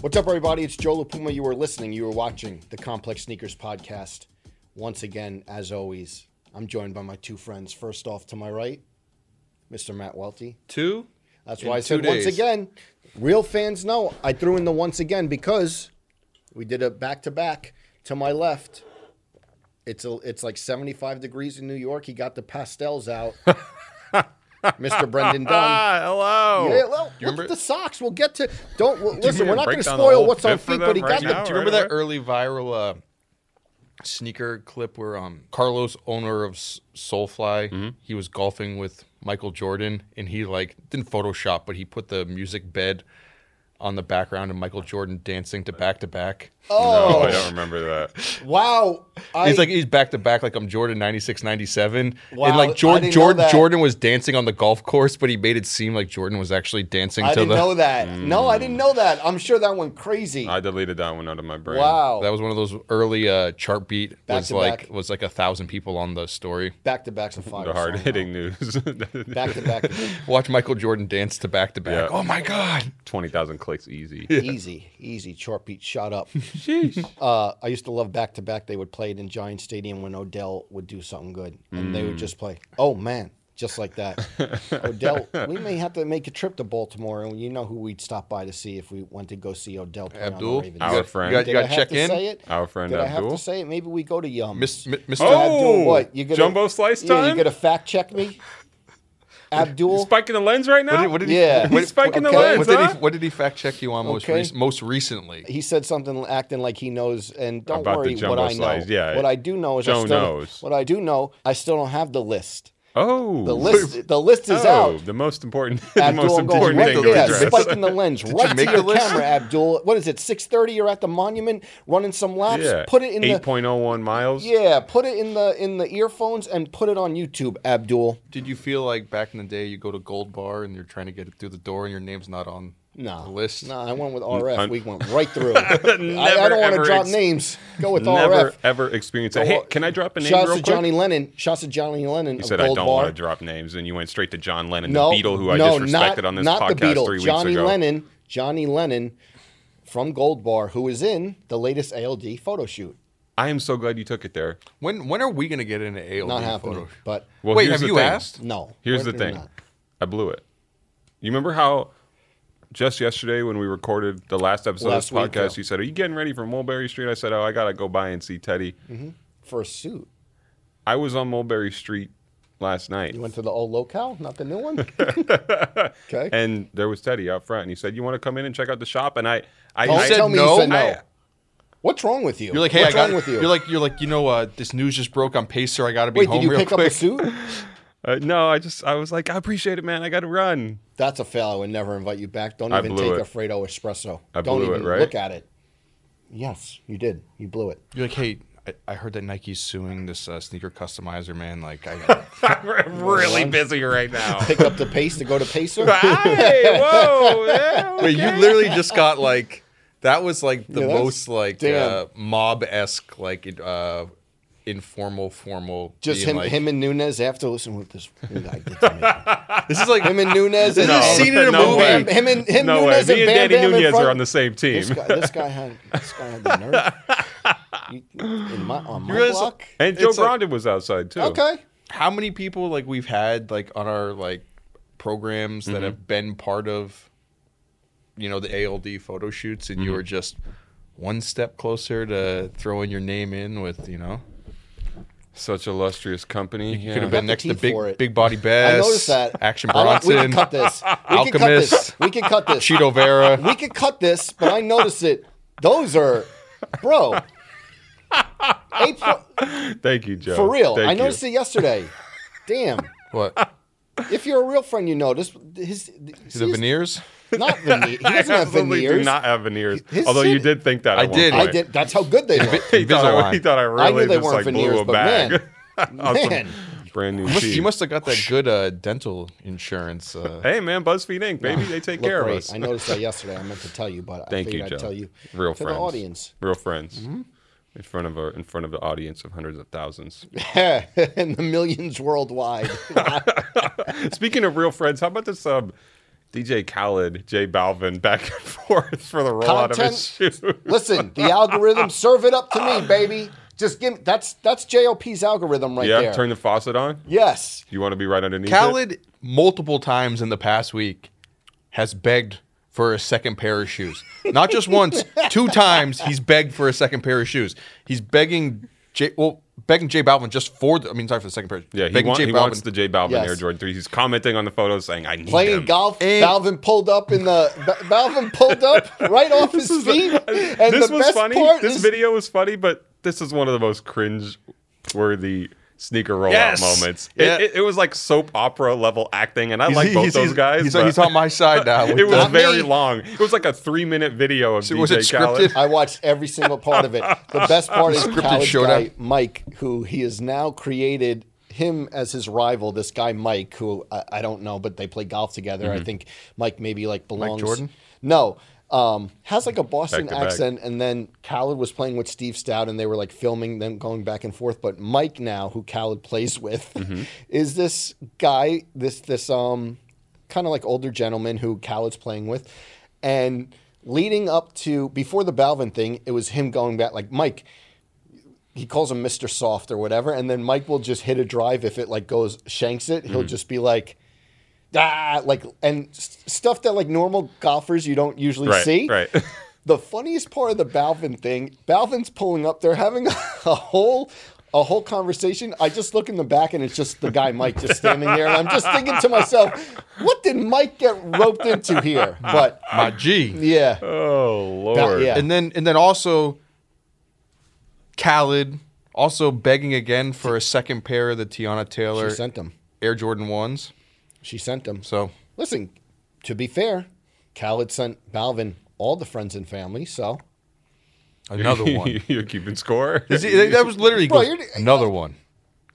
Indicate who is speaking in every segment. Speaker 1: What's up, everybody? It's Joe LaPuma. You are listening, you are watching the Complex Sneakers Podcast. Once again, as always, I'm joined by my two friends. First off, to my right, Mr. Matt Welty.
Speaker 2: Two.
Speaker 1: That's
Speaker 2: In
Speaker 1: why I
Speaker 2: two
Speaker 1: said
Speaker 2: days.
Speaker 1: once again. Real fans know I threw in the once again because we did a back to back. To my left, it's a, it's like 75 degrees in New York. He got the pastels out. Mr. Brendan Dunn.
Speaker 2: Ah, hello.
Speaker 1: Yeah, well,
Speaker 2: you
Speaker 1: look
Speaker 2: remember-
Speaker 1: at the socks. We'll get to. Don't well, listen. We're
Speaker 2: mean to
Speaker 1: not going
Speaker 2: break
Speaker 1: to
Speaker 2: down the
Speaker 1: spoil
Speaker 2: whole
Speaker 1: what's on
Speaker 2: fit for
Speaker 1: feet, but he
Speaker 2: them
Speaker 1: got
Speaker 2: right
Speaker 1: the
Speaker 2: now?
Speaker 1: the.
Speaker 2: Do you remember
Speaker 3: right
Speaker 2: that early viral uh, sneaker clip where um, Carlos, owner of S- Soulfly, he was golfing with Michael Jordan, and he like didn't Photoshop, but he put the music bed on the background of Michael Jordan dancing to back to back.
Speaker 3: Oh, I don't remember that.
Speaker 1: Wow, I,
Speaker 2: He's like he's back to back like I'm Jordan 96 97
Speaker 1: Wow,
Speaker 2: and
Speaker 1: I
Speaker 2: like Jordan
Speaker 1: didn't know
Speaker 2: Jordan
Speaker 1: that.
Speaker 2: Jordan was dancing on the golf course but he made it seem like Jordan was actually dancing
Speaker 1: I
Speaker 2: to
Speaker 1: didn't
Speaker 2: the
Speaker 1: know that. No, I didn't know that. I'm sure that went crazy.
Speaker 3: I deleted that one out of my brain.
Speaker 1: wow,
Speaker 2: That was one of those early uh, chart beat
Speaker 1: Back
Speaker 2: was
Speaker 1: to
Speaker 2: like
Speaker 1: back.
Speaker 2: was like a thousand people on the story.
Speaker 1: back to back's a fire.
Speaker 3: The hard
Speaker 1: song.
Speaker 3: hitting news.
Speaker 1: Back to back,
Speaker 2: Watch Michael Jordan dance to back to back.
Speaker 3: Yeah.
Speaker 2: Oh my god.
Speaker 3: 20,000 clicks easy.
Speaker 1: easy, easy. Chart beat shot up. Uh, I used to love back to back. They would play it in Giant Stadium when Odell would do something good, and they
Speaker 2: Mm.
Speaker 1: would just play. Oh man. Just like that, Odell. We may have to make a trip to Baltimore, and you know who we'd stop by to see if we went to go see Odell play on
Speaker 2: Abdul.
Speaker 1: the Ravens.
Speaker 3: Our
Speaker 2: you got,
Speaker 3: friend.
Speaker 2: You got,
Speaker 1: Did
Speaker 2: you got
Speaker 1: I have
Speaker 2: check
Speaker 1: to
Speaker 2: in.
Speaker 1: say it?
Speaker 3: Our friend
Speaker 1: Did I have
Speaker 3: Abdul?
Speaker 1: to say it? Maybe we go to Yum.
Speaker 2: Miss- mi- Mr.
Speaker 1: Abdul,
Speaker 3: Oh,
Speaker 1: what? You gonna,
Speaker 3: jumbo slice
Speaker 1: Yeah, you
Speaker 3: time?
Speaker 1: gonna fact check me, Abdul?
Speaker 3: Spiking the lens right now?
Speaker 2: What did, what did he,
Speaker 1: Yeah.
Speaker 2: what-
Speaker 1: He's
Speaker 3: spiking the
Speaker 2: okay.
Speaker 3: lens,
Speaker 2: What did, he,
Speaker 3: huh?
Speaker 2: what did he fact check you on most
Speaker 1: Okay.
Speaker 2: rec- most recently?
Speaker 1: He said something acting like he knows, and don't
Speaker 3: About the
Speaker 1: worry what
Speaker 3: jumbo
Speaker 1: I know.
Speaker 3: slice, yeah.
Speaker 1: What I do know is I
Speaker 3: Joe
Speaker 1: still,
Speaker 3: knows.
Speaker 1: What I do know, I still don't have the list.
Speaker 3: Oh.
Speaker 1: The list, the list is
Speaker 3: Oh,
Speaker 1: out.
Speaker 3: the most important, the
Speaker 1: Abdul,
Speaker 3: most
Speaker 1: I'm going
Speaker 3: important
Speaker 1: right to
Speaker 3: thing to
Speaker 1: yeah,
Speaker 3: address.
Speaker 1: spike in the lens, right
Speaker 2: make
Speaker 1: to
Speaker 2: the
Speaker 1: your
Speaker 2: list?
Speaker 1: camera, Abdul. What is it? Six thirty? You're at the monument, running some laps.
Speaker 3: yeah.
Speaker 1: Put it in the
Speaker 3: 8.01 miles.
Speaker 1: yeah. Put it in the in the earphones and put it on YouTube, Abdul.
Speaker 2: Did you feel like back in the day you go to Gold Bar and you're trying to get it through the door and your name's not on
Speaker 1: No
Speaker 2: the list?
Speaker 1: No, I went with RF.
Speaker 3: un-
Speaker 1: we went right through. I, I
Speaker 3: Never,
Speaker 1: don't want to
Speaker 3: ever
Speaker 1: drop
Speaker 3: ex-
Speaker 1: names. Go with
Speaker 3: Never,
Speaker 1: RF.
Speaker 3: ever experienced that. Hey, can I drop a name
Speaker 1: Shouts
Speaker 3: real
Speaker 1: to
Speaker 3: quick?
Speaker 1: Johnny Lennon. Shouts to Johnny Lennon.
Speaker 3: you
Speaker 1: of
Speaker 3: said I
Speaker 1: Gold
Speaker 3: don't
Speaker 1: Bar.
Speaker 3: want to drop names, and you went straight to John Lennon,
Speaker 1: no,
Speaker 3: the Beatle, who I
Speaker 1: no,
Speaker 3: disrespected
Speaker 1: not,
Speaker 3: on this
Speaker 1: not the
Speaker 3: podcast
Speaker 1: Beatle.
Speaker 3: three weeks
Speaker 1: Johnny
Speaker 3: ago.
Speaker 1: Lennon. Johnny Lennon from Gold Bar, who is in the latest ALD photo shoot.
Speaker 3: I am so glad you took it there.
Speaker 2: When when are we gonna get into ALD
Speaker 1: Not happening,
Speaker 2: photo?
Speaker 1: but
Speaker 3: Well,
Speaker 2: Wait,
Speaker 3: here's
Speaker 2: have
Speaker 3: the
Speaker 2: you
Speaker 3: thing.
Speaker 2: asked?
Speaker 1: no.
Speaker 3: Here's
Speaker 1: we're-
Speaker 3: the
Speaker 1: we're
Speaker 3: thing.
Speaker 1: not.
Speaker 3: I blew it. You remember how just yesterday when we recorded the last episode
Speaker 1: Last
Speaker 3: of
Speaker 1: week,
Speaker 3: this podcast,
Speaker 1: yeah.
Speaker 3: you said, Are you getting ready for Mulberry Street? I said, Oh, I got to go by and see Teddy.
Speaker 1: Mm-hmm. For a suit,
Speaker 3: I was on Mulberry Street last night
Speaker 1: you went to the old locale, not the new one. okay.
Speaker 3: and there was Teddy out front and he said, You want to come in and check out the shop? And I, I,
Speaker 1: Don't
Speaker 3: I
Speaker 1: tell me
Speaker 2: no.
Speaker 1: you Oh, said no.
Speaker 3: I-
Speaker 1: What's wrong with you?
Speaker 2: You're like, hey,
Speaker 1: What's
Speaker 2: I got.
Speaker 1: wrong with you?
Speaker 2: are like, you're like, you know, uh, this news just broke on Pacer. I got to be
Speaker 1: wait,
Speaker 2: home
Speaker 1: did you
Speaker 2: real
Speaker 1: pick
Speaker 2: quick.
Speaker 1: up a suit?
Speaker 3: uh, no, I just, I was like, I appreciate it, man. I got to run.
Speaker 1: That's a fail. I would never invite you back. Don't
Speaker 3: I
Speaker 1: even
Speaker 3: blew
Speaker 1: take
Speaker 3: it.
Speaker 1: a Fredo espresso.
Speaker 3: I
Speaker 1: Don't
Speaker 3: blew it,
Speaker 1: even
Speaker 3: right?
Speaker 1: look at it. Yes, you did. You blew it.
Speaker 2: You're like, hey, I, I heard that Nike's suing this uh, sneaker customizer, man. Like, I,
Speaker 3: I'm really busy right now.
Speaker 1: Pick up the pace to go to Pacer.
Speaker 3: hey, whoa. yeah,
Speaker 2: wait, you
Speaker 3: okay.
Speaker 2: literally just got like, that was like the
Speaker 1: Yeah, that's-
Speaker 2: most like
Speaker 1: damn.
Speaker 2: uh, mob esque, like uh, informal, formal.
Speaker 1: Just
Speaker 2: being
Speaker 1: him,
Speaker 2: like-
Speaker 1: him and Nunez. Have to listen what this guy did to
Speaker 2: This is like
Speaker 1: me. Him and Nunez. and
Speaker 2: No,
Speaker 1: Bam-
Speaker 2: scene in a
Speaker 3: no
Speaker 2: movie.
Speaker 3: way.
Speaker 1: Bam- Him and him,
Speaker 3: no
Speaker 1: Nunez,
Speaker 3: way. Me
Speaker 1: and
Speaker 3: and
Speaker 1: Bam
Speaker 3: Danny
Speaker 1: Bam in
Speaker 3: Nunez
Speaker 1: front-
Speaker 3: are on the same team.
Speaker 1: This guy, this guy had this guy had the nerve. You- in my, on my
Speaker 2: realize-
Speaker 1: block.
Speaker 3: And Joe
Speaker 2: It's like-
Speaker 3: Brandon was outside too.
Speaker 1: Okay.
Speaker 2: how many people like we've had like on our like programs
Speaker 1: Mm-hmm.
Speaker 2: that have been part of you know the ALD photo shoots and you
Speaker 1: Mm-hmm.
Speaker 2: were just one step closer to throwing your name in with you know
Speaker 3: Such illustrious company.
Speaker 2: you could have
Speaker 1: Got
Speaker 2: been
Speaker 1: the
Speaker 2: next to
Speaker 1: teeth for it.
Speaker 2: big big body bass
Speaker 1: I noticed that.
Speaker 2: action
Speaker 1: I like- we can
Speaker 2: Bronson
Speaker 1: cut this. We can cut this.
Speaker 2: Alchemist.
Speaker 1: We can cut this.
Speaker 2: Cheeto Vera
Speaker 1: we could cut this, but I noticed it. Those are, bro. Eight po-
Speaker 3: Thank you, Joe.
Speaker 1: for real.
Speaker 3: Oh, Thank
Speaker 1: I
Speaker 3: you.
Speaker 1: noticed it yesterday. Damn.
Speaker 2: what
Speaker 1: If you're a real friend, you know this. His, see
Speaker 2: the
Speaker 1: his-
Speaker 2: veneers
Speaker 1: Not veneer. He
Speaker 3: I
Speaker 1: doesn't have
Speaker 3: absolutely do
Speaker 1: veneers.
Speaker 3: not have veneers.
Speaker 1: His
Speaker 3: Although you
Speaker 1: shit-
Speaker 3: did think that.
Speaker 2: I
Speaker 3: at one
Speaker 2: did.
Speaker 1: I
Speaker 3: point.
Speaker 1: did. That's how good they look.
Speaker 3: He thought I, he
Speaker 2: Invisalign.
Speaker 3: thought I really
Speaker 1: I knew they
Speaker 3: just
Speaker 1: weren't
Speaker 3: like
Speaker 1: veneers,
Speaker 3: blew a
Speaker 1: but
Speaker 3: bag. on some
Speaker 1: man.
Speaker 3: brand new
Speaker 2: you must,
Speaker 3: teeth.
Speaker 2: you must have got that good uh, dental insurance uh,
Speaker 3: Hey man, BuzzFeed Inc. Baby, they take
Speaker 1: Look
Speaker 3: care
Speaker 1: great.
Speaker 3: of us.
Speaker 1: I noticed that yesterday. I meant to tell you, but I
Speaker 3: Thank
Speaker 1: figured
Speaker 3: you, Joe.
Speaker 1: I'd tell you.
Speaker 3: Real
Speaker 1: to
Speaker 3: friends.
Speaker 1: the audience.
Speaker 3: Real friends.
Speaker 1: Mm-hmm.
Speaker 3: In front of our, in front of the audience of hundreds of thousands.
Speaker 1: and the millions worldwide.
Speaker 3: Speaking of real friends, how about this um, DJ Khaled, J Balvin back and forth for the rollout of his shoes.
Speaker 1: Listen, the algorithm, serve it up to me, baby. Just give me that's that's JLP's algorithm right
Speaker 3: yeah,
Speaker 1: there.
Speaker 3: turn the faucet on.
Speaker 1: yes.
Speaker 3: You want to be right underneath it?
Speaker 2: Khaled multiple times in the past week has begged for a second pair of shoes. Not just once, two times he's begged for a second pair of shoes. He's begging J well, begging J Balvin just for the I mean sorry for the second pair.
Speaker 3: Yeah, he,
Speaker 2: begging
Speaker 3: want,
Speaker 2: J
Speaker 3: he
Speaker 2: Balvin.
Speaker 3: wants the J Balvin
Speaker 1: Yes.
Speaker 3: Air Jordan 3. He's commenting on the photos saying, I need
Speaker 1: Playing
Speaker 3: them.
Speaker 1: golf,
Speaker 2: And-
Speaker 1: Balvin pulled up in the Ba- Balvin pulled up right off his feet. And
Speaker 3: this
Speaker 1: the
Speaker 3: was
Speaker 1: best
Speaker 3: funny.
Speaker 1: part
Speaker 3: this
Speaker 1: is
Speaker 3: video was funny, but this is one of the most cringe worthy sneaker rollout
Speaker 2: Yes!
Speaker 3: moments.
Speaker 2: Yeah.
Speaker 3: It, it, it was like soap opera level acting, and I
Speaker 2: He's-
Speaker 3: like both
Speaker 2: he's-
Speaker 3: those
Speaker 2: he's-
Speaker 3: guys.
Speaker 2: He's,
Speaker 3: but
Speaker 2: he's on my side now. with
Speaker 3: it was
Speaker 2: that.
Speaker 1: Not me.
Speaker 3: very long. It was like a three minute video of
Speaker 2: So
Speaker 3: DJ
Speaker 2: was it
Speaker 3: Khaled.
Speaker 2: scripted?
Speaker 1: I watched every single part of it. The best part is Khaled's
Speaker 2: showdown.
Speaker 1: guy, Mike, who he has now created him as his rival. This guy Mike, who I, I don't know, but they play golf together.
Speaker 3: Mm-hmm.
Speaker 1: I think Mike maybe like belongs.
Speaker 2: Jordan?
Speaker 1: No. Um, has like a Boston
Speaker 3: Back to back.
Speaker 1: accent, and then Khaled was playing with Steve Stout, and they were like filming them going back and forth. But Mike now, who Khaled plays with,
Speaker 3: Mm-hmm.
Speaker 1: is this guy, this this um kind of like older gentleman who Khaled's playing with, and leading up to before the Balvin thing, it was him going back like Mike. He calls him Mr. Soft or whatever, and then Mike will just hit a drive if it like goes shanks it.
Speaker 3: Mm.
Speaker 1: He'll just be like, ah, like and s- stuff that like normal golfers you don't usually
Speaker 3: Right,
Speaker 1: see.
Speaker 3: right.
Speaker 1: The funniest part of the Balvin thing, Balvin's pulling up. They're having a whole a whole conversation. I just look in the back and it's just the guy Mike just standing there, and I'm just thinking to myself, what did Mike get roped into here? But
Speaker 2: my G.
Speaker 1: yeah,
Speaker 3: Oh lord!
Speaker 1: yeah.
Speaker 2: And then and then also Khaled also begging again for a second pair of the Tiana Taylor
Speaker 1: she sent him.
Speaker 2: Air Jordan 1s.
Speaker 1: She sent him.
Speaker 2: So
Speaker 1: Listen, to be fair, Khaled sent Balvin all the friends and family. So
Speaker 2: another one.
Speaker 3: You're keeping score.
Speaker 2: Is it- that was literally
Speaker 1: Bro,
Speaker 2: goes,
Speaker 1: you're-
Speaker 2: another one.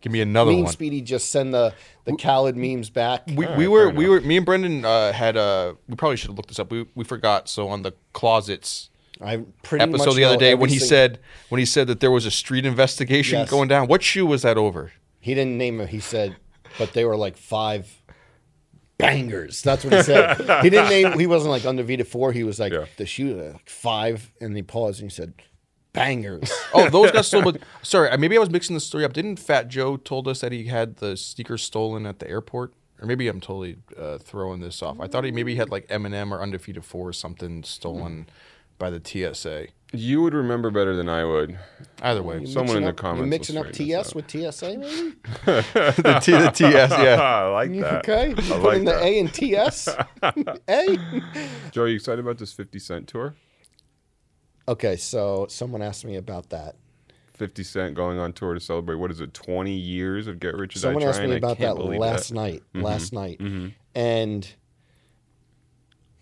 Speaker 2: Give me another
Speaker 1: Mean
Speaker 2: one.
Speaker 1: Speedy just send the the Khaled memes back.
Speaker 2: We,
Speaker 3: All
Speaker 2: we
Speaker 3: right,
Speaker 2: were
Speaker 3: fair
Speaker 2: we were
Speaker 3: enough.
Speaker 2: me and Brendan uh, had uh we probably should have looked this up. We we forgot. So on the closets
Speaker 1: I pretty
Speaker 2: episode
Speaker 1: much
Speaker 2: the other
Speaker 1: know
Speaker 2: day when
Speaker 1: every
Speaker 2: he
Speaker 1: sing-
Speaker 2: said when he said that there was a street investigation
Speaker 1: Yes.
Speaker 2: going down. What shoe was that over?
Speaker 1: he didn't name it. He said, but they were like five bangers. That's what he said. he didn't name. He wasn't like undefeated four. He was like
Speaker 3: Yeah.
Speaker 1: the shoe like five, and he paused and he said, bangers.
Speaker 2: Oh, those got stolen. But sorry, I- maybe I was mixing the story up. Didn't Fat Joe told us that he had the sneakers stolen at the airport? Or maybe I'm totally uh, throwing this off. I thought he maybe had like Eminem or Undefeated Four or something stolen by the TSA.
Speaker 3: You would remember better than I would.
Speaker 2: Either way,
Speaker 3: Someone in
Speaker 1: Mixing up-
Speaker 3: the
Speaker 1: you
Speaker 3: comments. will
Speaker 1: mixing up
Speaker 3: straighten
Speaker 1: TS
Speaker 3: this
Speaker 1: with TSA, maybe.
Speaker 2: the, T, the TS,
Speaker 3: out.
Speaker 2: yeah.
Speaker 3: Ah, I like that.
Speaker 1: Okay,
Speaker 3: I
Speaker 1: putting
Speaker 3: like
Speaker 1: the
Speaker 3: that.
Speaker 1: A and TS. A.
Speaker 3: Joe, you excited about this 50 Cent tour?
Speaker 1: Okay, so someone asked me about that.
Speaker 3: 50 Cent going on tour to celebrate what is it 20 years of Get Rich or
Speaker 1: Someone
Speaker 3: Die
Speaker 1: asked
Speaker 3: Trying.
Speaker 1: me
Speaker 3: I
Speaker 1: about
Speaker 3: can't
Speaker 1: that
Speaker 3: believe
Speaker 1: last
Speaker 3: that. Mm-hmm.
Speaker 1: night. Last night, and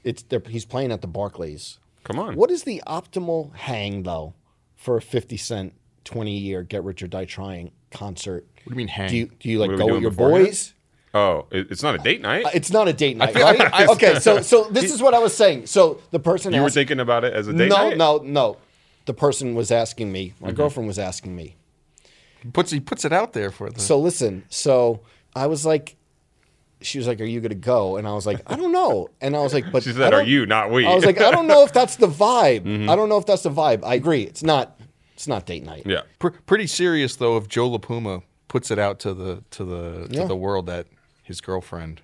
Speaker 1: it's they're, he's playing at the Barclays.
Speaker 3: Come on.
Speaker 1: What is the optimal hang though for a Fifty Cent twenty year Get Rich or Die Trying concert?
Speaker 2: What do you mean hang?
Speaker 1: Do you do you
Speaker 3: What are
Speaker 1: like
Speaker 3: we
Speaker 1: go
Speaker 3: doing
Speaker 1: with your
Speaker 3: beforehand?
Speaker 1: boys?
Speaker 3: Oh, it, it's not a date night.
Speaker 1: Uh, It's not a date night,
Speaker 2: feel-
Speaker 1: right?
Speaker 2: I- I-
Speaker 1: okay, so so this is what I was saying. So the person
Speaker 3: you were
Speaker 1: asked-
Speaker 3: thinking about it as a date
Speaker 1: no
Speaker 3: night. Mm-hmm.
Speaker 1: no no, the person was asking me. My girlfriend was asking me.
Speaker 2: He puts he puts it out there for the.
Speaker 1: So listen, so I was like, she was like, "Are you gonna go?" And I was like, "I don't know." And I was like, "But
Speaker 3: She
Speaker 1: I
Speaker 3: said, "Are
Speaker 1: don't-
Speaker 3: you Mm-hmm. not we?"
Speaker 1: I was like, "I don't know if that's the vibe. I don't know if that's the vibe." I agree. It's not. It's not date night.
Speaker 3: yeah.
Speaker 2: Pr- pretty serious though. If Joe LaPuma puts it out to the to the
Speaker 1: Yeah.
Speaker 2: to the world that his girlfriend,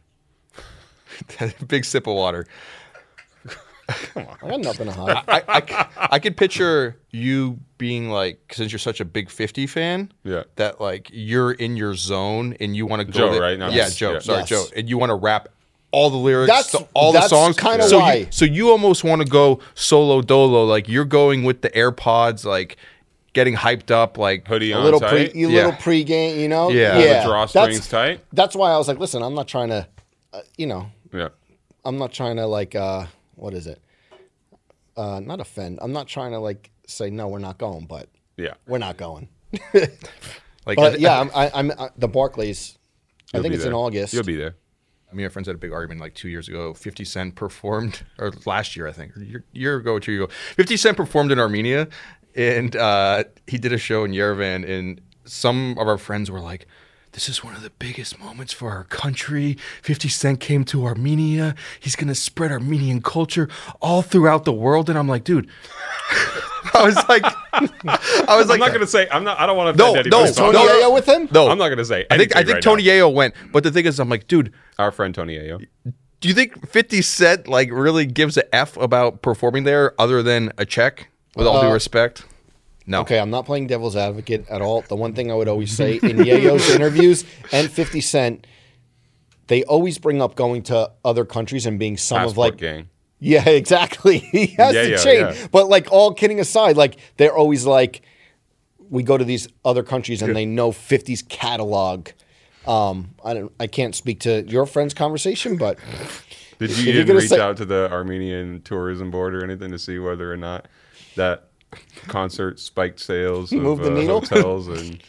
Speaker 2: big sip of water.
Speaker 1: I got nothing to hide.
Speaker 2: I, I c- I could picture you being like, since you're such a big 50 fan,
Speaker 3: Yeah.
Speaker 2: that like you're in your zone and you want to go.
Speaker 3: Joe,
Speaker 2: there-
Speaker 3: right? Not
Speaker 2: yeah,
Speaker 3: us.
Speaker 2: Joe.
Speaker 3: Yeah.
Speaker 2: Sorry,
Speaker 1: Yes.
Speaker 2: Joe. And you want to rap all the lyrics,
Speaker 1: That's-
Speaker 2: to all
Speaker 1: that's
Speaker 2: the songs.
Speaker 1: kinda
Speaker 2: so You,
Speaker 1: why.
Speaker 2: so you almost want to go solo dolo. Like you're going with the AirPods, like getting hyped up, like
Speaker 3: Hoodie
Speaker 1: A
Speaker 3: on
Speaker 1: little pre,
Speaker 3: tight.
Speaker 1: a little
Speaker 2: Yeah.
Speaker 1: pregame. You know.
Speaker 2: Yeah.
Speaker 3: Pull the
Speaker 1: That's,
Speaker 3: drawstrings tight.
Speaker 1: that's why I was like, listen, I'm not trying to, uh, you know,
Speaker 3: Yeah.
Speaker 1: I'm not trying to like, uh, what is it? Uh, not offend. I'm not trying to like say no, we're not going, but
Speaker 3: Yeah.
Speaker 1: we're not going.
Speaker 2: Like
Speaker 1: But yeah, I'm, I, I'm uh, the Barclays. I
Speaker 3: You'll
Speaker 1: think
Speaker 3: be
Speaker 1: it's in
Speaker 3: there.
Speaker 1: August.
Speaker 3: You'll be there.
Speaker 2: I mean, our friends had a big argument like two years ago. 50 Cent performed, or last year, I think, or year, year ago, two years ago. 50 Cent performed in Armenia, and uh, he did a show in Yerevan, and some of our friends were like, This is one of the biggest moments for our country. 50 Cent came to Armenia. He's going to spread Armenian culture all throughout the world. And I'm like, dude, I was like, I was
Speaker 3: I'm
Speaker 2: like,
Speaker 3: not gonna say. I'm not. I don't want to.
Speaker 2: No,
Speaker 3: offend
Speaker 2: no,
Speaker 3: anybody.
Speaker 1: Tony
Speaker 2: no,
Speaker 1: Yayo with him?
Speaker 2: no.
Speaker 3: I'm not gonna say.
Speaker 2: I think, I
Speaker 3: anything
Speaker 2: think
Speaker 3: right
Speaker 2: Tony
Speaker 3: now.
Speaker 2: Yayo went. But the thing is, I'm like, dude,
Speaker 3: our friend Tony Ayo.
Speaker 2: do you think 50 Cent like really gives a F about performing there other than a check? With all due respect? No.
Speaker 1: Okay, I'm not playing devil's advocate at all. The one thing I would always say in Yayo's interviews and 50 Cent, they always bring up going to other countries and being some
Speaker 3: Passport
Speaker 1: of like.
Speaker 3: gang.
Speaker 1: Yeah, exactly. He has
Speaker 3: Yayo,
Speaker 1: to change.
Speaker 3: yeah.
Speaker 1: But like all kidding aside, like they're always like, we go to these other countries and they know 50's catalog. Um, I don't. I can't speak to your friend's conversation, but
Speaker 3: Did
Speaker 1: If
Speaker 3: you,
Speaker 1: you're
Speaker 3: you didn't
Speaker 1: gonna
Speaker 3: reach
Speaker 1: say-
Speaker 3: out to the Armenian tourism board or anything to see whether or not that concert spiked sales of
Speaker 1: Moved the
Speaker 3: uh,
Speaker 1: needle?
Speaker 3: hotels and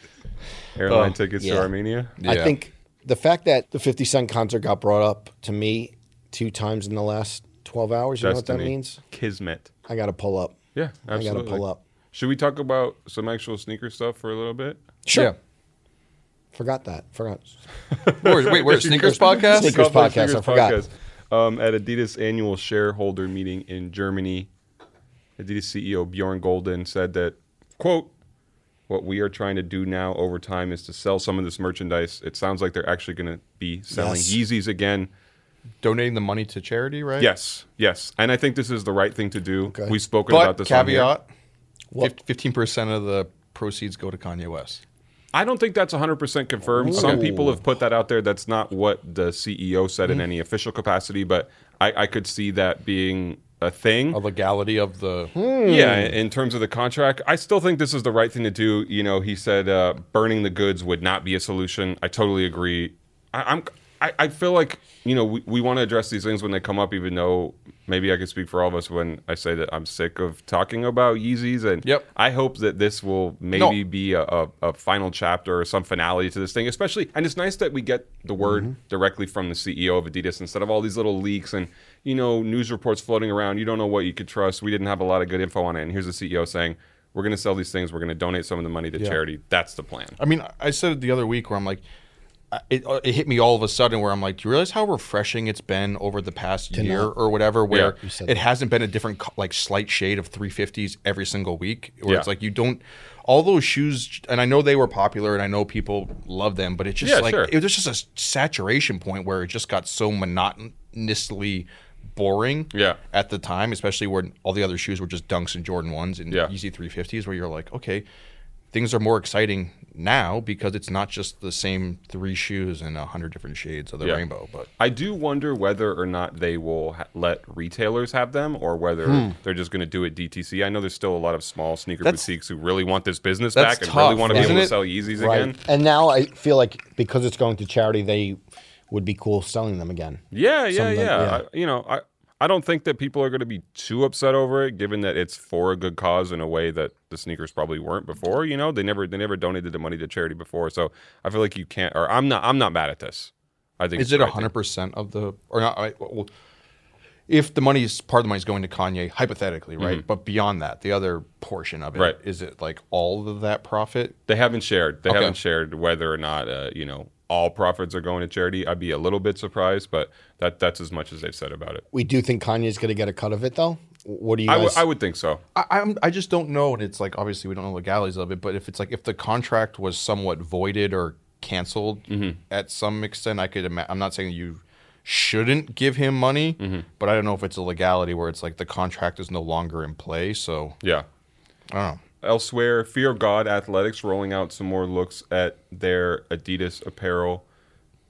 Speaker 3: airline
Speaker 2: Oh,
Speaker 3: tickets
Speaker 1: yeah.
Speaker 3: to Armenia?
Speaker 1: I
Speaker 2: Yeah.
Speaker 1: think the fact that the 50 Cent concert got brought up to me two times in the last 12 hours, you know what that
Speaker 3: Destiny.
Speaker 1: means?
Speaker 3: Kismet.
Speaker 1: I got to pull up.
Speaker 3: Yeah, absolutely.
Speaker 1: I got to pull up.
Speaker 3: Should we talk about some actual sneaker stuff for a little bit?
Speaker 1: Sure.
Speaker 2: Yeah.
Speaker 1: Forgot that. Forgot.
Speaker 2: Wait, wait, we're a sneakers podcast?
Speaker 1: Sneakers
Speaker 3: Couple of
Speaker 1: podcast, I forgot.
Speaker 3: Um, at Adidas annual shareholder meeting in Germany, Adidas CEO Bjorn Golden said that, quote, what we are trying to do now over time is to sell some of this merchandise. It sounds like they're actually going to be selling
Speaker 1: Yes.
Speaker 3: Yeezys again.
Speaker 2: Donating the money to charity, right?
Speaker 3: Yes, yes. And I think this is the right thing to do.
Speaker 1: Okay.
Speaker 3: We've spoken about
Speaker 2: But
Speaker 3: this on here.
Speaker 2: caveat, fifteen percent of the proceeds go to Kanye West.
Speaker 3: I don't think that's 100% confirmed. Some people have put that out there. That's not what the CEO said
Speaker 1: Mm-hmm.
Speaker 3: in any official capacity, but I, I could see that being a thing.
Speaker 2: A legality of the
Speaker 3: Yeah, in terms of the contract, I still think this is the right thing to do. You know, he said uh, burning the goods would not be a solution. I totally agree. I, I'm, I, I feel like you know we, we want to address these things when they come up, even though maybe I could speak for all of us when I say that I'm sick of talking about Yeezys. And
Speaker 2: Yep.
Speaker 3: I hope that this will maybe be a, a, a final chapter or some finality to this thing. Especially, and it's nice that we get the
Speaker 2: Mm-hmm.
Speaker 3: word directly from the CEO of Adidas instead of all these little leaks and you know news reports floating around. You don't know what you could trust. We didn't have a lot of good info on it, and here's the CEO saying we're going to sell these things. We're going to donate some of the money to charity. That's the plan.
Speaker 2: I mean, I said it the other week where I'm like, I- it, uh, it hit me all of a sudden where I'm like, do you realize how refreshing it's been over the past year or whatever, where
Speaker 1: You said
Speaker 2: it hasn't been a different co- like slight shade of 350s every single week, where it's
Speaker 3: Yeah.
Speaker 2: like you don't all those shoes, and I know they were popular and I know people love them, but it's just
Speaker 3: Yeah,
Speaker 2: like
Speaker 3: sure.
Speaker 2: it was just a saturation point where it just got so monotonously boring
Speaker 3: Yeah.
Speaker 2: at the time, especially where all the other shoes were just dunks and Jordan ones and
Speaker 3: Yeah.
Speaker 2: Yeezy 350s, where you're like, okay, things are more exciting now because it's not just the same three shoes and a hundred different shades of the
Speaker 3: Yeah.
Speaker 2: rainbow. But
Speaker 3: I do wonder whether or not they will ha- let retailers have them, or whether they're just going to do it DTC. I know there's still a lot of small sneaker
Speaker 2: Hmm. That's-
Speaker 3: boutiques who really want this business
Speaker 2: that's
Speaker 3: back and really
Speaker 2: tough,
Speaker 3: want to be
Speaker 2: isn't
Speaker 3: able
Speaker 2: it?
Speaker 3: to sell Yeezys
Speaker 1: Right.
Speaker 3: again.
Speaker 1: And now I feel like because it's going to charity, they would be cool selling them again.
Speaker 3: Yeah, yeah,
Speaker 1: Something like-
Speaker 3: yeah.
Speaker 1: yeah.
Speaker 3: I, you know, I I don't think that people are going to be too upset over it, given that it's for a good cause in a way that the sneakers probably weren't before. You know, they never they never donated the money to charity before, so I feel like you can't. Or I'm not I'm not mad at this. I think
Speaker 2: is
Speaker 3: it's
Speaker 2: it
Speaker 3: the right thing.
Speaker 2: hundred percent of the or not? I, well, if the money is part of the money is going to Kanye, hypothetically, right? But beyond that, the other portion of it is
Speaker 3: Mm-hmm. Right.
Speaker 2: it like all of that profit?
Speaker 3: They haven't shared. They
Speaker 2: Okay.
Speaker 3: haven't shared whether or not uh, you know all profits are going to charity. I'd be a little bit surprised, but that that's as much as they've said about it.
Speaker 1: We do think Kanye's going to get a cut of it, though. What do you
Speaker 3: I,
Speaker 1: guys?
Speaker 3: w- I would think so.
Speaker 2: I, I'm I just don't know, and it's like obviously we don't know the legalities of it, but if it's like if the contract was somewhat voided or canceled at some extent, I could. Ima- I'm not saying you shouldn't give him money, but I don't know if it's a legality where it's like the contract is no longer in play. So
Speaker 3: Yeah.
Speaker 2: I don't know.
Speaker 3: Elsewhere, Fear of God Athletics rolling out some more looks at their Adidas apparel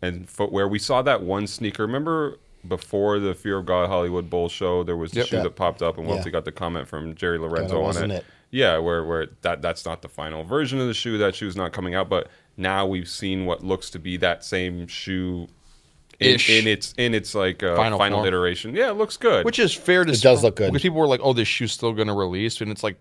Speaker 3: and footwear. We saw that one sneaker. Remember before the Fear of God Hollywood Bowl show, there was a
Speaker 2: Yep.
Speaker 3: shoe
Speaker 1: Yeah.
Speaker 3: that popped up, and once
Speaker 1: Yeah.
Speaker 3: we got the comment from Jerry Lorenzo on
Speaker 1: wasn't
Speaker 3: it,
Speaker 1: it.
Speaker 3: yeah, where where that that's not the final version of the shoe. That shoe's not coming out, but now we've seen what looks to be that same shoe in,
Speaker 2: Ish.
Speaker 3: in its in its like uh,
Speaker 2: Final
Speaker 3: final,
Speaker 2: form.
Speaker 3: iteration. Yeah, it looks good.
Speaker 2: Which is fair to
Speaker 1: It does look good.
Speaker 2: because people were like, "Oh, this shoe's still going to release," and it's like,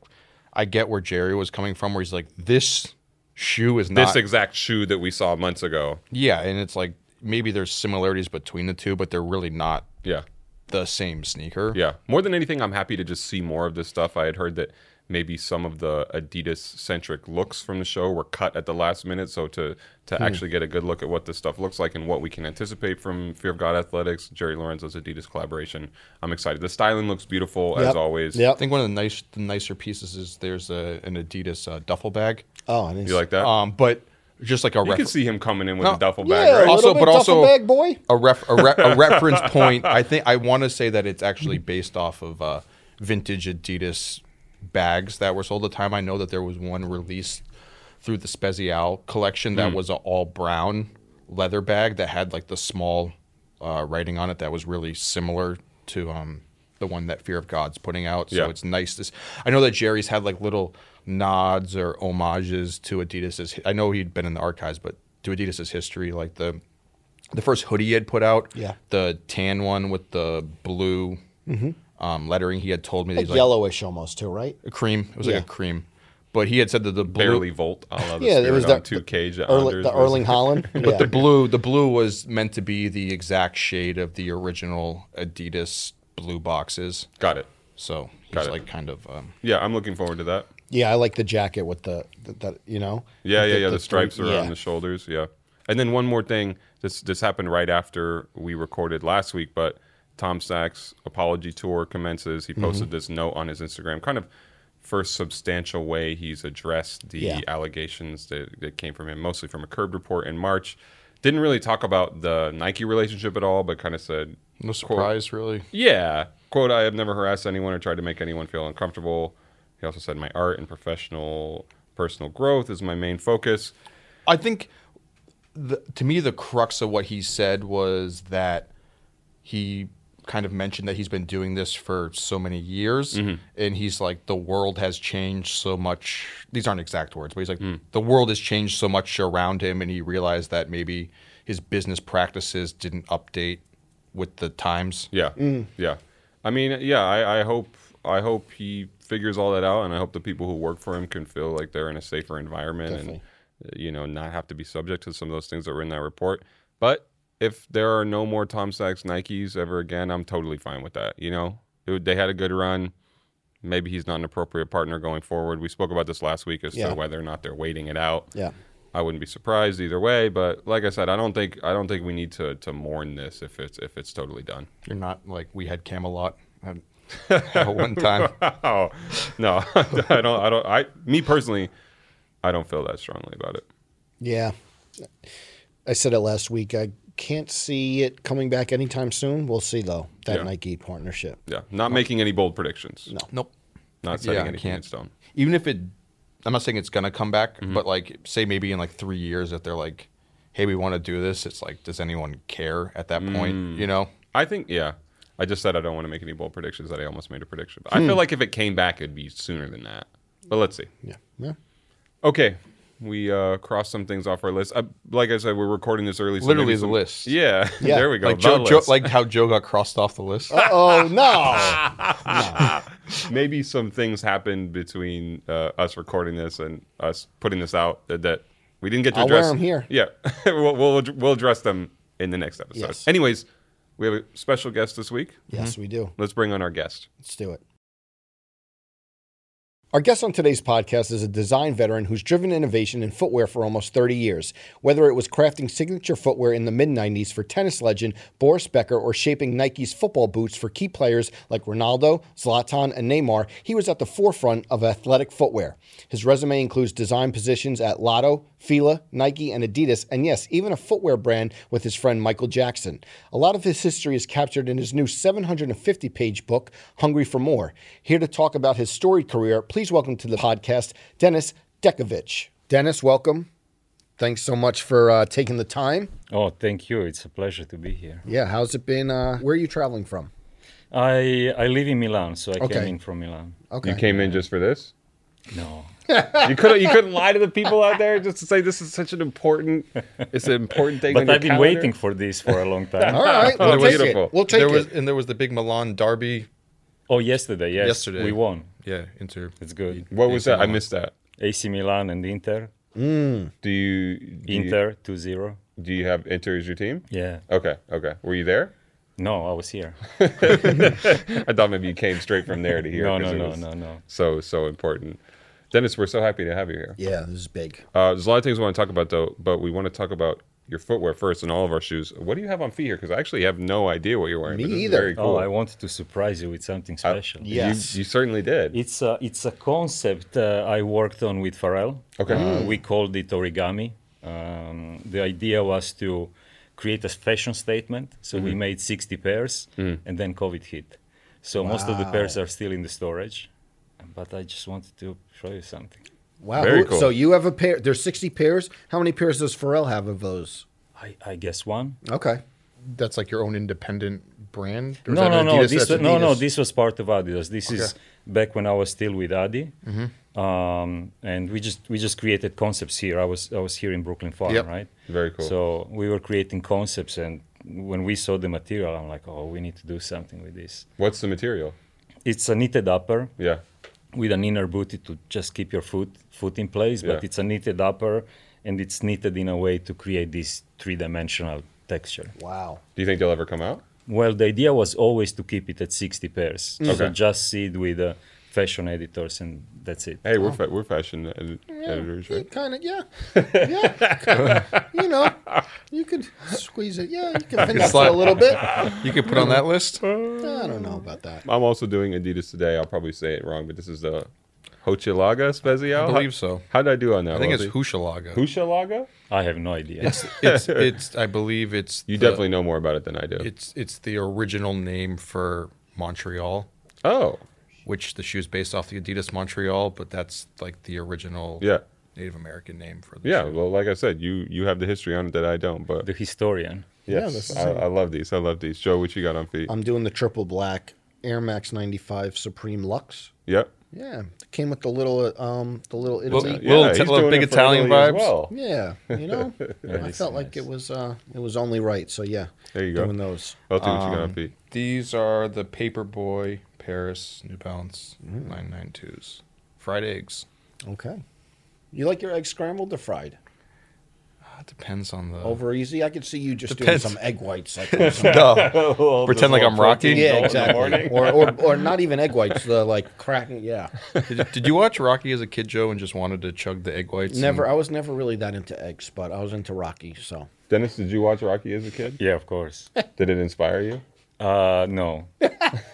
Speaker 2: I get where Jerry was coming from, where he's like, "This shoe is not
Speaker 3: this exact shoe that we saw months ago.
Speaker 2: yeah," and it's like maybe there's similarities between the two, but they're really not
Speaker 3: Yeah.
Speaker 2: the same sneaker.
Speaker 3: Yeah. More than anything, I'm happy to just see more of this stuff. I had heard that maybe some of the Adidas centric looks from the show were cut at the last minute. So to to
Speaker 1: Hmm.
Speaker 3: actually get a good look at what this stuff looks like and what we can anticipate from Fear of God Athletics, Jerry Lorenzo's Adidas collaboration, I'm excited. The styling looks beautiful as
Speaker 1: Yep.
Speaker 3: always.
Speaker 2: I
Speaker 1: Yep.
Speaker 2: think one of the nice, the nicer pieces is there's a, an Adidas uh, duffel bag.
Speaker 1: Oh, I didn't
Speaker 3: You like that?
Speaker 2: Um, but just like a
Speaker 3: you can
Speaker 2: reference.
Speaker 3: see him coming in with
Speaker 2: No.
Speaker 3: a duffel
Speaker 1: Yeah,
Speaker 3: bag, right?
Speaker 1: a
Speaker 2: Also-
Speaker 1: little bit
Speaker 2: but
Speaker 1: duffel
Speaker 2: also-
Speaker 1: bag boy.
Speaker 2: a ref a, re- a reference point. I think I want to say that it's actually based off of uh, vintage Adidas bags that were sold at the time. I know that there was one released through the Spezial collection that was an all brown leather bag that had like the small uh, writing on it that was really similar to um, the one that Fear of God's putting out. So
Speaker 3: Yeah.
Speaker 2: it's nice. This I know that Jerry's had like little nods or homages to Adidas's. I know he'd been in the archives, but to Adidas's history, like the the first hoodie he had put out,
Speaker 1: Yeah. Mm-hmm.
Speaker 2: the tan one with the blue um, lettering. He had told me that he's
Speaker 1: Like
Speaker 2: like
Speaker 1: yellowish almost too, right?
Speaker 2: a cream. It was
Speaker 1: Yeah.
Speaker 2: like a cream, but he had said that the blue,
Speaker 3: Barely volt. I love
Speaker 1: Yeah, it was
Speaker 3: that
Speaker 1: that
Speaker 3: two cage. that
Speaker 1: Erling,
Speaker 3: Anders
Speaker 1: the
Speaker 3: was-
Speaker 1: Erling Holland. yeah.
Speaker 2: the blue, the blue was meant to be the exact shade of the original Adidas blue boxes.
Speaker 3: Got it.
Speaker 2: So
Speaker 3: Got
Speaker 2: he's
Speaker 3: it.
Speaker 2: like kind of um,
Speaker 3: Yeah, I'm looking forward to that.
Speaker 1: yeah, I like the jacket with the, the that you know.
Speaker 3: Yeah,
Speaker 1: With
Speaker 3: yeah, yeah. The
Speaker 1: three-
Speaker 3: stripes are
Speaker 1: yeah.
Speaker 3: on the shoulders. Yeah. And then one more thing. This this happened right after we recorded last week, but Tom Sachs apology tour commences. He posted
Speaker 1: Mm-hmm.
Speaker 3: this note on his Instagram, kind of first substantial way he's addressed the
Speaker 1: Yeah.
Speaker 3: allegations that, that came from him, mostly from a curbed report in March. Didn't really talk about the Nike relationship at all, but kind of said
Speaker 2: no surprise really.
Speaker 3: yeah. Quote, I have never harassed anyone or tried to make anyone feel uncomfortable. He also said, my art and professional personal growth is my main focus.
Speaker 2: I think the, to me the crux of what he said was that he kind of mentioned that he's been doing this for so many years and he's like the world has changed so much these aren't exact words but he's like the world has changed so much around him and he realized that maybe his business practices didn't update with the times
Speaker 3: Yeah.
Speaker 1: Mm.
Speaker 3: Yeah. I mean, yeah, I, I hope I hope he figures all that out and I hope the people who work for him can feel like they're in a safer environment and uh, you know, not have to be subject to some of those things that were in that report. But if there are no more Tom Sachs Nikes ever again, I'm totally fine with that. You know, It would- they had a good run. Maybe he's not an appropriate partner going forward. We spoke about this last week as
Speaker 1: Yeah.
Speaker 3: to whether or not they're waiting it out.
Speaker 1: Yeah.
Speaker 3: I wouldn't be surprised either way. But like I said, I don't think I don't think we need to to mourn this if it's if it's totally done.
Speaker 2: you're not like we had Camelot at, at one time
Speaker 3: Oh no, I don't. I don't. I me personally, I don't feel that strongly about it.
Speaker 1: Yeah. I said it last week. I can't see it coming back anytime soon. We'll see though. That
Speaker 3: Yeah.
Speaker 1: Nike partnership.
Speaker 3: Yeah, not making any bold predictions.
Speaker 1: No.
Speaker 2: nope
Speaker 3: not setting
Speaker 2: I
Speaker 3: anything in
Speaker 2: can't.
Speaker 3: stone.
Speaker 2: even if it i'm not saying it's gonna come back
Speaker 4: Mm-hmm.
Speaker 2: but like say maybe in like three years if they're like hey we want to do this it's like does anyone care at that
Speaker 4: Mm.
Speaker 2: point you know
Speaker 3: I think. Yeah, I just said I don't want to make any bold predictions. That I almost made a prediction.
Speaker 2: Hmm.
Speaker 3: But I feel like if it came back, it'd be sooner than that. But let's see.
Speaker 1: Yeah. Yeah.
Speaker 3: Okay, we uh, crossed some things off our list. Uh, like I said, we're recording this early. so
Speaker 2: Literally
Speaker 3: maybe
Speaker 2: the
Speaker 3: some-
Speaker 2: list.
Speaker 3: Yeah,
Speaker 1: Yeah.
Speaker 3: there we go.
Speaker 2: like
Speaker 3: the
Speaker 2: joe, joe
Speaker 3: list.
Speaker 2: like how joe got crossed off the list
Speaker 1: Oh no.
Speaker 3: maybe some things happened between uh, us recording this and us putting this out that, that we didn't get to
Speaker 1: I'll wear
Speaker 3: address
Speaker 1: 'em here.
Speaker 3: Yeah, we'll, we'll ad- we'll address them in the next episode.
Speaker 1: Yes.
Speaker 3: Anyways, we have a special guest this week.
Speaker 1: yes, we do.
Speaker 3: Let's bring on our guest.
Speaker 1: Let's do it. Our guest on today's podcast is a design veteran who's driven innovation in footwear for almost 30 years, whether it was crafting signature footwear in the mid 90s for tennis legend Boris Becker or shaping Nike's football boots for key players like Ronaldo, Zlatan, and Neymar, he was at the forefront of athletic footwear. His resume includes design positions at Lotto, Fila, Nike, and Adidas, and yes, even a footwear brand with his friend Michael Jackson. A lot of his history is captured in his new 750 page book, Hungry for More. Here to talk about his storied career, please welcome to the podcast Dennis Dekovich. Dennis, welcome. Thanks so much for uh, taking the time.
Speaker 4: Oh, thank you. It's a pleasure to be here.
Speaker 1: Yeah, how's it been? Uh, where are you traveling from?
Speaker 4: I I live in Milan, so I came
Speaker 1: Okay.
Speaker 4: in from Milan.
Speaker 1: Okay.
Speaker 3: You came in just for this.
Speaker 4: No.
Speaker 3: You could you couldn't lie to the people out there just to say this is such an important it's an important thing. on
Speaker 4: But
Speaker 3: your
Speaker 4: I've been
Speaker 3: calendar.
Speaker 4: waiting for this for a long time.
Speaker 1: All right, we'll
Speaker 3: Oh,
Speaker 1: take
Speaker 3: beautiful.
Speaker 1: it. We'll take
Speaker 2: there was
Speaker 1: it.
Speaker 2: and there was the big milan derby
Speaker 4: Oh, yesterday, yes.
Speaker 2: Yesterday.
Speaker 4: We won.
Speaker 2: yeah inter
Speaker 4: It's good.
Speaker 3: What was that? I missed that.
Speaker 4: AC Milan and Inter.
Speaker 3: Do you do you-
Speaker 4: Inter 2 0.
Speaker 3: do you have Inter as your team?
Speaker 4: Yeah.
Speaker 3: Okay, okay. Were you there?
Speaker 4: No, I was here.
Speaker 3: I thought maybe you came straight from there to here.
Speaker 4: No,
Speaker 3: 'cause
Speaker 4: no,
Speaker 3: it
Speaker 4: no,
Speaker 3: was
Speaker 4: no, no.
Speaker 3: So so important. Dennis, we're so happy to have you here.
Speaker 1: Yeah, this is big.
Speaker 3: Uh, there's a lot of things we want to talk about though, but we want to talk about your footwear first and all of our shoes. What do you have on feet here? Because I actually have no idea what you're wearing.
Speaker 1: Me
Speaker 3: but this is
Speaker 1: either.
Speaker 3: very
Speaker 4: Oh,
Speaker 3: cool. Uh,
Speaker 4: I wanted to surprise you with something special.
Speaker 1: yeah. Yes.
Speaker 3: You, you certainly did.
Speaker 4: It's a, it's a concept uh, I worked on with Pharrell.
Speaker 3: Okay.
Speaker 4: Uh, we called it origami. Um, the idea was to create a fashion statement. So we made 60 pairs and then COVID hit. So most of the pairs are still in the storage. But I just wanted to show you something.
Speaker 1: Wow.
Speaker 3: Very
Speaker 1: who-
Speaker 3: cool.
Speaker 1: So you have a pair. There's 60 pairs. How many pairs does Pharrell have of those?
Speaker 4: I, I guess one.
Speaker 1: Okay.
Speaker 2: That's like your own independent brand. Or is
Speaker 4: No,
Speaker 2: that
Speaker 4: no,
Speaker 2: an
Speaker 4: no.
Speaker 2: Adidas?
Speaker 4: This
Speaker 2: That's
Speaker 4: was, no, no.
Speaker 2: Adidas.
Speaker 4: This was part of Adidas. This is back when I was still with Adi,
Speaker 2: Mm-hmm.
Speaker 4: um, and we just we just created concepts here. I was I was here in Brooklyn Farm,
Speaker 2: Yep.
Speaker 4: right?
Speaker 3: Very cool.
Speaker 4: So we were creating concepts, and when we saw the material, I'm like, oh, we need to do something with this.
Speaker 3: What's the material?
Speaker 4: It's a knitted upper
Speaker 3: Yeah.
Speaker 4: with an inner booty to just keep your foot foot in place, but
Speaker 3: Yeah.
Speaker 4: it's a knitted upper, and it's knitted in a way to create this three dimensional texture.
Speaker 1: Wow.
Speaker 3: Do you think they'll ever come out?
Speaker 4: Well, the idea was always to keep it at 60 pairs. So
Speaker 3: Okay.
Speaker 4: just see it with uh, fashion editors, and that's it.
Speaker 3: Hey, we're fa- we're fashion ed- editors, right?
Speaker 1: Kind of, yeah. Yeah. you know, you could squeeze it. Yeah, you can finesse it a little bit. I
Speaker 2: You could put on that list.
Speaker 4: Uh,
Speaker 1: don't know about that.
Speaker 3: I'm also doing Adidas today. I'll probably say it wrong, but this is the Hochelaga Spezial.
Speaker 2: I believe so.
Speaker 3: How did I do on that?
Speaker 2: I think it's
Speaker 3: Wesley?
Speaker 2: Hushalaga.
Speaker 3: Hochelaga.
Speaker 4: I have no idea.
Speaker 2: it's, it's I believe it's
Speaker 3: You
Speaker 2: the-
Speaker 3: definitely know more about it than I do.
Speaker 2: it's it's the original name for Montreal,
Speaker 3: oh,
Speaker 2: which the shoe is based off the Adidas Montreal, but that's like the original
Speaker 3: Yeah.
Speaker 2: Native American name for the
Speaker 3: yeah.
Speaker 2: shoe.
Speaker 3: Well, like I said, you you have the history on it that I don't, but
Speaker 4: the historian.
Speaker 3: yes, I, I love these. I love these. Joe, what you got on feet?
Speaker 1: I'm doing the triple black Air Max 95 Supreme Lux.
Speaker 3: yep.
Speaker 1: Yeah, came with the little, uh, um, the little
Speaker 2: Well,
Speaker 1: Italy.
Speaker 2: yeah. Little Ita-
Speaker 3: he's
Speaker 2: little
Speaker 3: doing
Speaker 2: big
Speaker 3: it for
Speaker 2: Italian
Speaker 3: Italy as
Speaker 2: vibes.
Speaker 3: Well.
Speaker 1: Yeah, you know, I
Speaker 4: these
Speaker 1: felt
Speaker 4: are
Speaker 1: like
Speaker 4: nice.
Speaker 1: it was, uh, it was only right. So yeah,
Speaker 3: There you go.
Speaker 1: Doing those.
Speaker 3: LT, what you got on feet?
Speaker 2: These are the Paperboy Paris New Balance
Speaker 3: Mm.
Speaker 2: 992s. Fried eggs.
Speaker 1: Okay. You like your egg scrambled or fried?
Speaker 2: Ah, it depends on the
Speaker 1: Over easy. I could see you just
Speaker 2: Depends.
Speaker 1: doing some egg whites. Like on some-
Speaker 2: No. Pretend like I'm Rocky.
Speaker 1: yeah, exactly. Or, or or not even egg whites. The like cracking. Yeah.
Speaker 2: Did, did you watch Rocky as a kid, Joe, and just wanted to chug the egg whites?
Speaker 1: Never.
Speaker 2: and-
Speaker 1: I was never really that into eggs, but I was into Rocky. So
Speaker 3: Dennis, did you watch Rocky as a kid?
Speaker 4: Yeah, of course.
Speaker 3: Did it inspire you?
Speaker 4: Uh, no,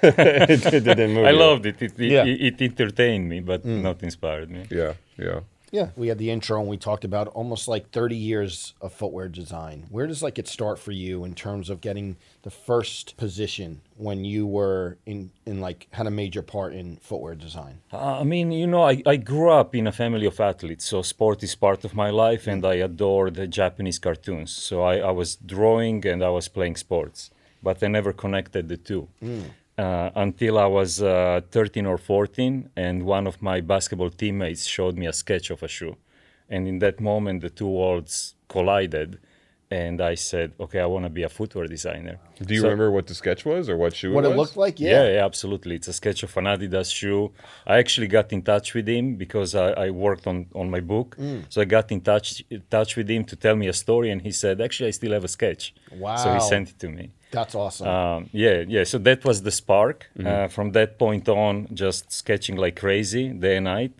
Speaker 3: it didn't move.
Speaker 4: I
Speaker 3: you?
Speaker 4: loved it. It, it,
Speaker 1: Yeah.
Speaker 4: it, it entertained me, but not inspired me.
Speaker 3: Yeah. Yeah.
Speaker 1: yeah, we had the intro and we talked about almost like 30 years of footwear design. Where does like it start for you in terms of getting the first position when you were in in like had a major part in footwear design?
Speaker 4: Uh, I mean, you know, I, I grew up in a family of athletes, so sport is part of my life, and I adore the Japanese cartoons. So I, I was drawing and I was playing sports, but I never connected the two uh, until I was uh, 13 or 14, and one of my basketball teammates showed me a sketch of a shoe. And in that moment, the two worlds collided, and I said, okay, I want to be a footwear designer.
Speaker 3: Do you remember what the sketch was or what shoe
Speaker 1: What
Speaker 3: it
Speaker 1: it
Speaker 3: was?
Speaker 1: looked like?
Speaker 4: Yeah. yeah, absolutely. It's a sketch of an Adidas shoe. I actually got in touch with him because I, I worked on, on my book. So I got in touch in touch with him to tell me a story, and he said, "Actually, I still have a sketch." So
Speaker 1: Wow.
Speaker 4: he sent it to me.
Speaker 1: That's awesome.
Speaker 4: Um, yeah, yeah. So that was the spark. Uh, from that point on, just sketching like crazy day and night,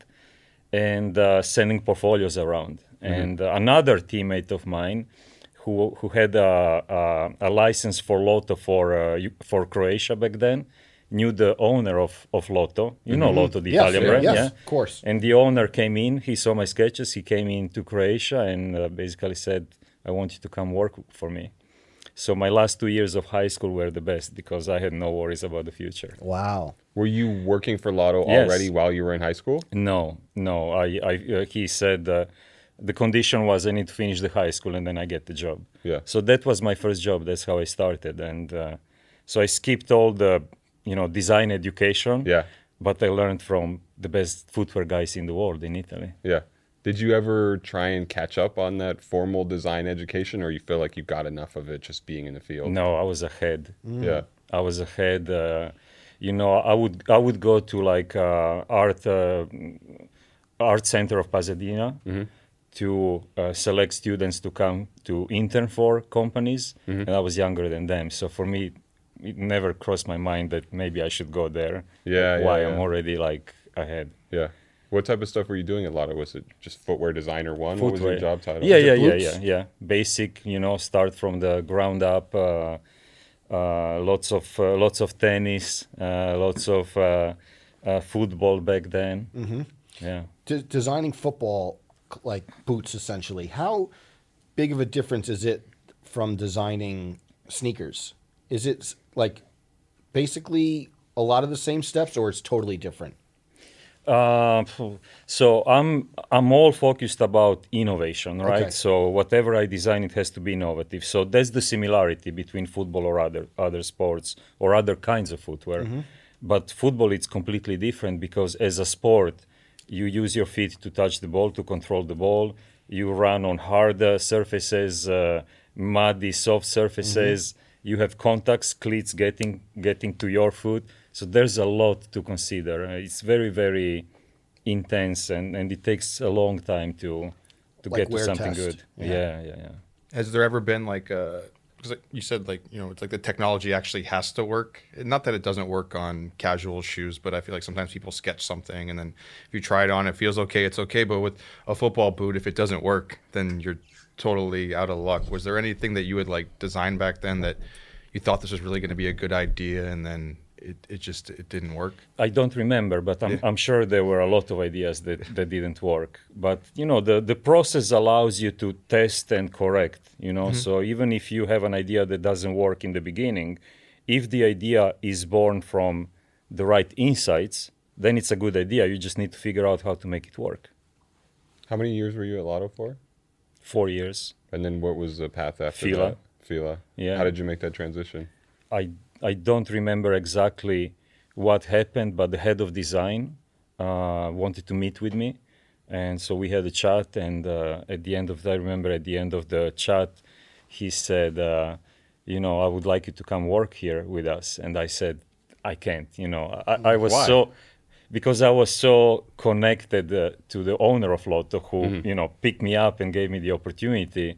Speaker 4: and uh, sending portfolios around.
Speaker 1: Mm-hmm.
Speaker 4: And uh, another teammate of mine, who who had a, a, a license for Lotto for uh, U- for Croatia back then, knew the owner of of Lotto. You know Lotto, the
Speaker 1: Mm-hmm. Yes,
Speaker 4: Italian
Speaker 1: yeah,
Speaker 4: brand,
Speaker 1: yes,
Speaker 4: yeah.
Speaker 1: of course.
Speaker 4: And the owner came in. He saw my sketches. He came into Croatia and uh, basically said, "I want you to come work for me." So my last two years of high school were the best because I had no worries about the future.
Speaker 1: wow.
Speaker 3: Were you working for Lotto
Speaker 4: Yes.
Speaker 3: already while you were in high school?
Speaker 4: No, no. I, I uh, he said uh, the condition was I need to finish the high school and then I get the job.
Speaker 3: Yeah.
Speaker 4: So that was my first job. That's how I started, and uh, so I skipped all the you know design education.
Speaker 3: Yeah.
Speaker 4: But I learned from the best footwear guys in the world in Italy.
Speaker 3: Yeah. Did you ever try and catch up on that formal design education or you feel like you got enough of it just being in the field?
Speaker 4: No, I was ahead.
Speaker 3: Yeah.
Speaker 4: I was ahead. Uh, you know, I would I would go to like uh, art uh, art center of Pasadena
Speaker 3: Mm-hmm.
Speaker 4: to uh, select
Speaker 3: Mm-hmm.
Speaker 4: students to come to intern for companies, and I was younger than them. So for me, it never crossed my mind that maybe I should go there.
Speaker 3: Yeah,
Speaker 4: Like,
Speaker 3: yeah,
Speaker 4: why
Speaker 3: yeah.
Speaker 4: I'm already like ahead.
Speaker 3: Yeah. What type of stuff were you doing at Lotto? Was it just footwear designer one? What was your
Speaker 4: Footwear.
Speaker 3: job title?
Speaker 4: Yeah,
Speaker 3: Was
Speaker 4: yeah,
Speaker 3: it
Speaker 4: yeah,
Speaker 3: boots?
Speaker 4: yeah, yeah. Basic, you know, start from the ground up. Uh, uh, lots of uh, lots of tennis, uh, lots of uh, uh, football back then. Mm-hmm. Yeah.
Speaker 1: de- designing football c- like boots essentially how big of a difference is it from designing sneakers is it s- like basically a lot of the same steps or it's totally different
Speaker 4: Uh, phew. so I'm I'm all focused about innovation, right?
Speaker 1: Okay.
Speaker 4: So whatever I design, it has to be innovative. So that's the similarity between football or other other sports or other kinds of footwear. But football, it's completely different because as a sport, you use your feet to touch the ball, to control the ball. You run on hard uh, surfaces, uh, muddy, soft surfaces. You have contacts, cleats getting getting to your foot. So there's a lot to consider. Uh, It's very very intense, and, and it takes a long time to to
Speaker 1: Like
Speaker 4: get to
Speaker 1: wear
Speaker 4: something
Speaker 1: test.
Speaker 4: good. Yeah, yeah, yeah.
Speaker 2: Has there ever been like a? Because like you said, like you know, it's like the technology actually has to work. Not that it doesn't work on casual shoes, but I feel like sometimes people sketch something and then if you try it on, it feels okay, it's okay. But with a football boot, if it doesn't work, then you're totally out of luck. Was there anything that you had like designed back then that you thought this was really going to be a good idea, and then it, it just it didn't work?
Speaker 4: I don't remember, but I'm, I'm sure there were a lot of ideas that, that didn't work. But you know, the, the process allows you to test and correct. You know,
Speaker 1: Mm-hmm.
Speaker 4: so even if you have an idea that doesn't work in the beginning, if the idea is born from the right insights, then it's a good idea. You just need to figure out how to make it work.
Speaker 3: How many years were you at Lotto for?
Speaker 4: Four years,
Speaker 3: And then what was the path after
Speaker 4: Fila.
Speaker 3: that? Fila.
Speaker 4: Yeah.
Speaker 3: How did you make that transition?
Speaker 4: I I don't remember exactly what happened, but the head of design uh, wanted to meet with me, and so we had a chat. And uh, at the end of, I remember at the end of the chat, he said, uh, "You know, I would like you to come work here with us." And I said, "I can't." You know, I, I was
Speaker 3: Why?
Speaker 4: so because I was so connected uh, to the owner of Lotto, who you know picked me up and gave me the opportunity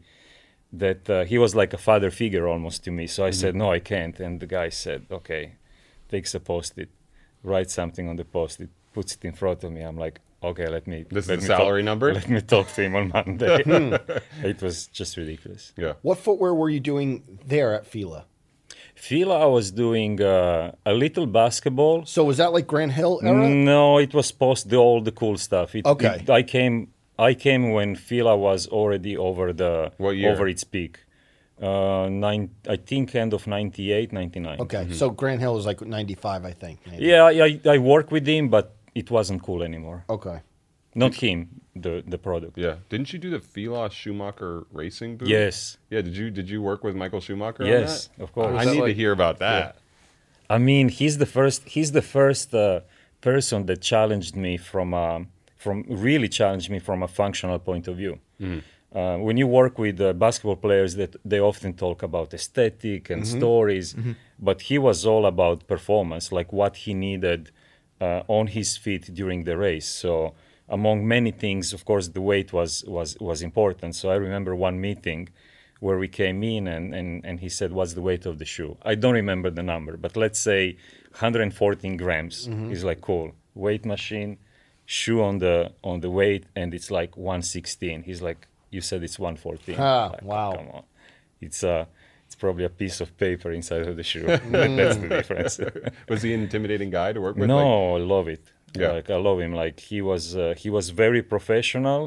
Speaker 4: that uh, he was like a father figure almost to me. So I
Speaker 3: Mm-hmm.
Speaker 4: said, no, I can't. And the guy said, okay, takes a post it, writes something on the post it, puts it in front of me. I'm like, okay, let me.
Speaker 3: This is
Speaker 4: let
Speaker 3: the
Speaker 4: me talk-
Speaker 3: salary number?
Speaker 4: Let me talk to him on Monday. it was just ridiculous.
Speaker 3: Yeah.
Speaker 1: what footwear were you doing there at fila
Speaker 4: Fila, I was doing uh, a little basketball.
Speaker 1: so was that like grand hill era
Speaker 4: No, it was post the all the cool stuff. It,
Speaker 1: Okay.
Speaker 4: it- I came. I came when Fila was already over the
Speaker 3: What year?
Speaker 4: over its peak. Uh, nine, I think end of 98, 99.
Speaker 1: okay so grand hill was like 95 i think maybe.
Speaker 4: Yeah, I, I, I work with him, but it wasn't cool anymore.
Speaker 1: okay
Speaker 4: Not him, the the product.
Speaker 3: Yeah. Didn't you do the Fila Schumacher racing boot?
Speaker 4: Yes,
Speaker 3: Yeah. Did you did you work with Michael Schumacher? on
Speaker 4: yes,
Speaker 3: that?
Speaker 4: of course.
Speaker 3: I
Speaker 2: that
Speaker 3: need to
Speaker 2: like-
Speaker 3: hear about that.
Speaker 4: I mean, he's the first. He's the first uh, person that challenged me from a, from really challenged me from a functional point of view. Uh, when you work with uh, basketball players, that they often talk about aesthetic and stories, but he was all about performance, like what he needed uh, on his feet during the race. So among many things, of course, the weight was was was important. So I remember one meeting where we came in and, and, and he said, What's the weight of the shoe? I don't remember the number, but let's say 114 grams is like cool. Weight machine, shoe on the on the weight, and it's like 116. He's like, You said it's 114.
Speaker 1: Ah,
Speaker 4: Like,
Speaker 1: wow.
Speaker 4: Come on. It's uh it's probably a piece of paper inside of the shoe. That's the difference.
Speaker 3: Was he an intimidating guy to work with? Like,
Speaker 4: no, I love it.
Speaker 3: Yeah.
Speaker 4: Like I love him. Like he was uh, he was very professional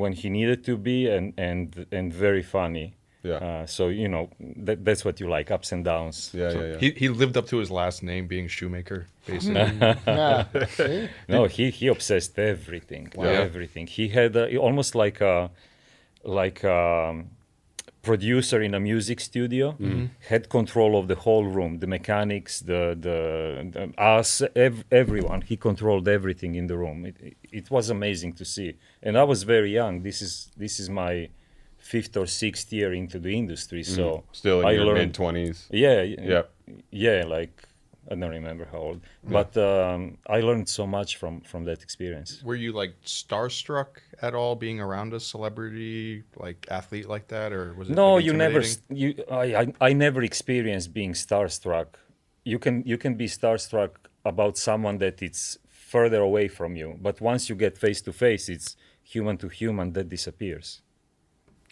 Speaker 4: when he needed to be and and and very funny.
Speaker 3: Yeah.
Speaker 4: Uh, so you know that that's what you like ups and downs.
Speaker 3: yeah,
Speaker 2: So
Speaker 3: yeah, yeah.
Speaker 2: He he lived up to his last name being shoemaker, basically.
Speaker 1: yeah. See?
Speaker 4: No, he he obsessed everything.
Speaker 2: Yeah.
Speaker 4: Everything. He had uh, almost like a like a um, producer in a music studio
Speaker 3: Mm-hmm.
Speaker 4: had control of the whole room, the mechanics, the the, the us, ev- everyone. He controlled everything in the room. It, it it was amazing to see. And I was very young. This is this is my fifth or sixth year into the industry. So
Speaker 3: Mm-hmm. Still in
Speaker 4: I
Speaker 3: your
Speaker 4: learned
Speaker 3: mid twenties.
Speaker 4: yeah.
Speaker 3: Yeah.
Speaker 4: Yeah. Yeah, like I don't remember how old, but um, I learned so much from from that experience.
Speaker 2: Were you like starstruck at all being around a celebrity, like athlete like that, or was it
Speaker 4: No,
Speaker 2: like,
Speaker 4: you never.
Speaker 2: intimidating?
Speaker 4: s- You, I, I, I never experienced being starstruck. you can you can be starstruck about someone that it's further away from you, but once you get face to face, it's human to human that disappears.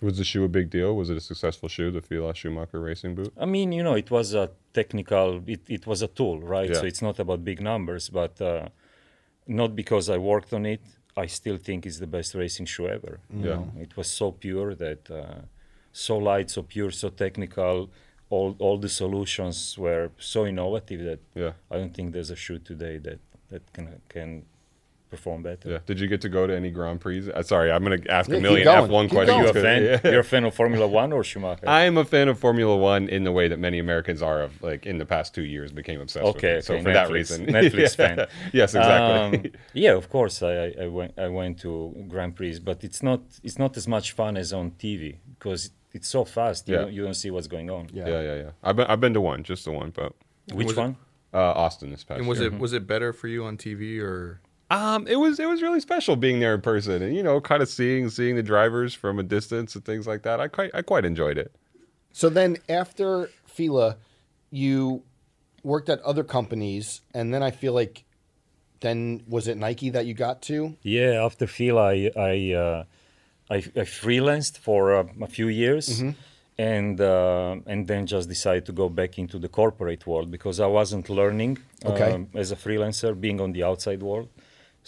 Speaker 3: Was the shoe a big deal? Was it a successful shoe, the Fila Schumacher racing boot?
Speaker 4: I mean, you know, it was a technical, it, it was a tool, right?
Speaker 3: Yeah.
Speaker 4: So it's not about big numbers, but uh, not because I worked on it. I still think it's the best racing shoe ever. you
Speaker 3: Yeah.
Speaker 4: know. It was so pure that, uh, so light, so pure, so technical. All, all the solutions were so innovative that
Speaker 3: Yeah.
Speaker 4: I don't think there's a shoe today that, that can, can perform better.
Speaker 3: Yeah. Did you get to go to any Grand Prix? Uh, sorry, I'm going to ask
Speaker 1: Yeah,
Speaker 3: a
Speaker 1: keep
Speaker 3: million
Speaker 1: going,
Speaker 3: F1
Speaker 1: keep
Speaker 3: questions.
Speaker 1: going.
Speaker 4: You're, a
Speaker 3: 'cause-
Speaker 4: fan,
Speaker 3: yeah.
Speaker 4: you're a fan of Formula One or Schumacher?
Speaker 3: I am a fan of Formula One in the way that many Americans are of like in the past two years became obsessed with
Speaker 4: Okay,
Speaker 3: it. So
Speaker 4: okay,
Speaker 3: for that
Speaker 4: Netflix-
Speaker 3: reason,
Speaker 4: Netflix
Speaker 3: yeah.
Speaker 4: fan.
Speaker 3: Yes, exactly.
Speaker 4: Um, yeah, of course, I, I, I went I went to Grand Prix, but it's not it's not as much fun as on TV because it's so fast. You,
Speaker 3: Yeah.
Speaker 4: don't, you don't see what's going on.
Speaker 1: Yeah.
Speaker 3: yeah, yeah, yeah. I've been, I've been to one, just the one, but
Speaker 4: Which
Speaker 2: Was it-
Speaker 4: one?
Speaker 3: uh, Austin this past.
Speaker 2: And was
Speaker 3: year.
Speaker 4: Mm-hmm.
Speaker 2: it was it better for you on TV or
Speaker 3: Um, it was it was really special being there in person, and you know, kind of seeing seeing the drivers from a distance and things like that. I quite I quite enjoyed it.
Speaker 1: So then after Fila, you worked at other companies, and then I feel like then was it Nike that you got to?
Speaker 4: Yeah, after Phil, I I uh, I, I freelanced for uh, a few years, and uh, and then just decided to go back into the corporate world because I wasn't learning
Speaker 1: Okay.
Speaker 4: um, as a freelancer, being on the outside world.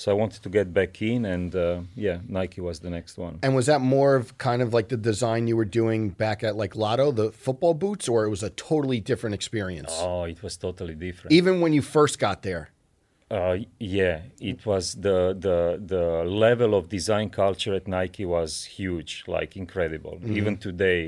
Speaker 4: So I wanted to get back in, and uh, yeah, Nike was the next one.
Speaker 1: And was that more of kind of like the design you were doing back at like Lotto, the football boots, or it was a totally different experience?
Speaker 4: Oh, it was totally different.
Speaker 1: Even when you first got there.
Speaker 4: Uh, yeah, it was the, the the level of design culture at Nike was huge, like incredible. Even today,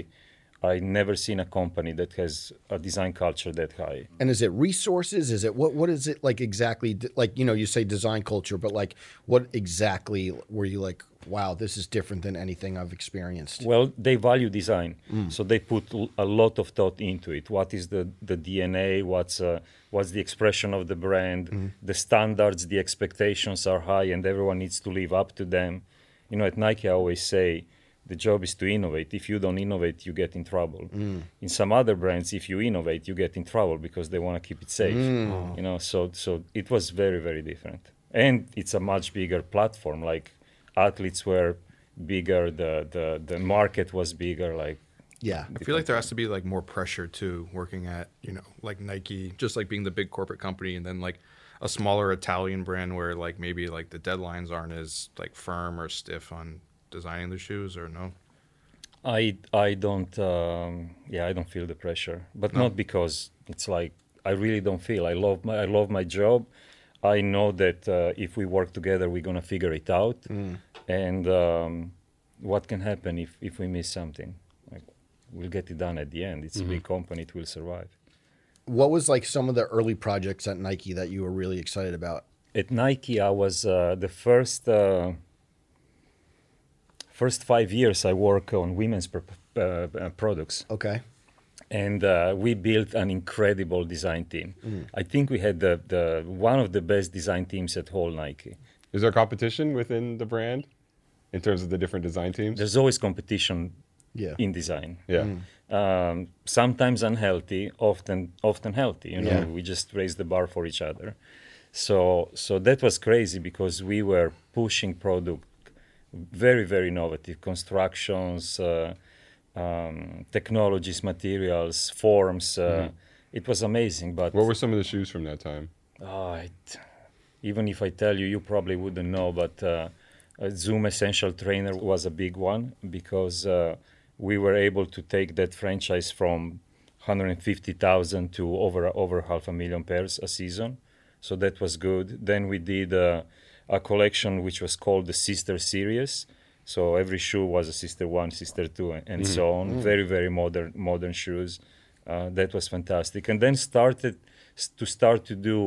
Speaker 4: I never seen a company that has a design culture that high.
Speaker 1: And is it resources? Is it what? What is it like exactly? d- Like you know, you say design culture, but like what exactly were you like? Wow, this is different than anything I've experienced.
Speaker 4: Well, they value design, so they put l- a lot of thought into it. What is the, the DNA? What's uh, what's the expression of the brand? The standards, the expectations are high, and everyone needs to live up to them. You know, at Nike, I always say the job is to innovate. If you don't innovate, you get in trouble. In some other brands, if you innovate, you get in trouble because they want to keep it safe. You know, so so it was very very different, and it's a much bigger platform. Like athletes were bigger the the the market was bigger like
Speaker 1: Yeah,
Speaker 2: I feel like there has to be like more pressure to working at, you know, like Nike, just like being the big corporate company and then like a smaller Italian brand where like maybe like the deadlines aren't as like firm or stiff on designing the shoes or no.
Speaker 4: i i don't um yeah i don't feel the pressure but not because it's like i really don't feel i love my i love my job i know that uh, if we work together we're gonna figure it out and um what can happen if if we miss something like we'll get it done at the end it's a big company it will survive
Speaker 1: what was like some of the early projects at Nike that you were really excited about?
Speaker 4: at Nike, I was uh, the first uh, first five years I work on women's pro- uh, uh, products,
Speaker 1: Okay,
Speaker 4: and uh, we built an incredible design team. I think we had the, the one of the best design teams at whole Nike.
Speaker 3: Is there competition within the brand in terms of the different design teams?
Speaker 4: There's always competition
Speaker 1: Yeah.
Speaker 4: in design.
Speaker 3: yeah.
Speaker 4: um, sometimes unhealthy, often often healthy. You know,
Speaker 1: Yeah.
Speaker 4: we just raise the bar for each other. So so that was crazy because we were pushing product very very innovative constructions, uh, um, technologies, materials, forms. Uh, It was amazing, but
Speaker 3: Mm-hmm. What were some of the shoes from that time?
Speaker 4: Ah, it, even if I tell you, you probably wouldn't know, but uh, uh, Zoom Essential Trainer was a big one because uh, we were able to take that franchise from 150,000 to over over half a million pairs a season. So that was good. Then we did uh, a collection which was called the Sister Series. So every shoe was a Sister One, Sister Two, and, and so on. Very very modern modern shoes. Uh, that was fantastic. And then started s- to start to do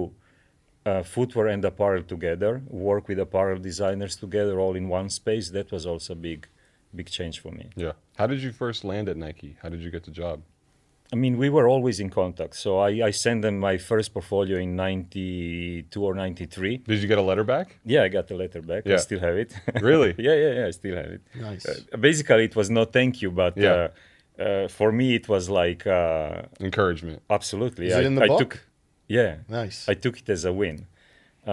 Speaker 4: uh, footwear and apparel together, work with apparel designers together, all in one space. That was also a big, big change for me.
Speaker 3: Yeah. How did you first land at Nike? How did you get the job?
Speaker 4: I mean, we were always in contact. So I, I sent them my first portfolio in '92 or '93.
Speaker 3: Did you get a letter back?
Speaker 4: Yeah, I got the letter back.
Speaker 3: Yeah.
Speaker 4: I still have it.
Speaker 3: Really?
Speaker 4: yeah, yeah, yeah. I still have it.
Speaker 1: Nice.
Speaker 4: Uh, basically, it was no thank you, but
Speaker 3: Yeah.
Speaker 4: uh, uh, for me, it was like. Uh,
Speaker 3: Encouragement.
Speaker 4: Absolutely.
Speaker 1: Is
Speaker 4: I,
Speaker 1: it in the
Speaker 4: I
Speaker 1: book?
Speaker 4: took Yeah.
Speaker 1: Nice.
Speaker 4: I took it as a win.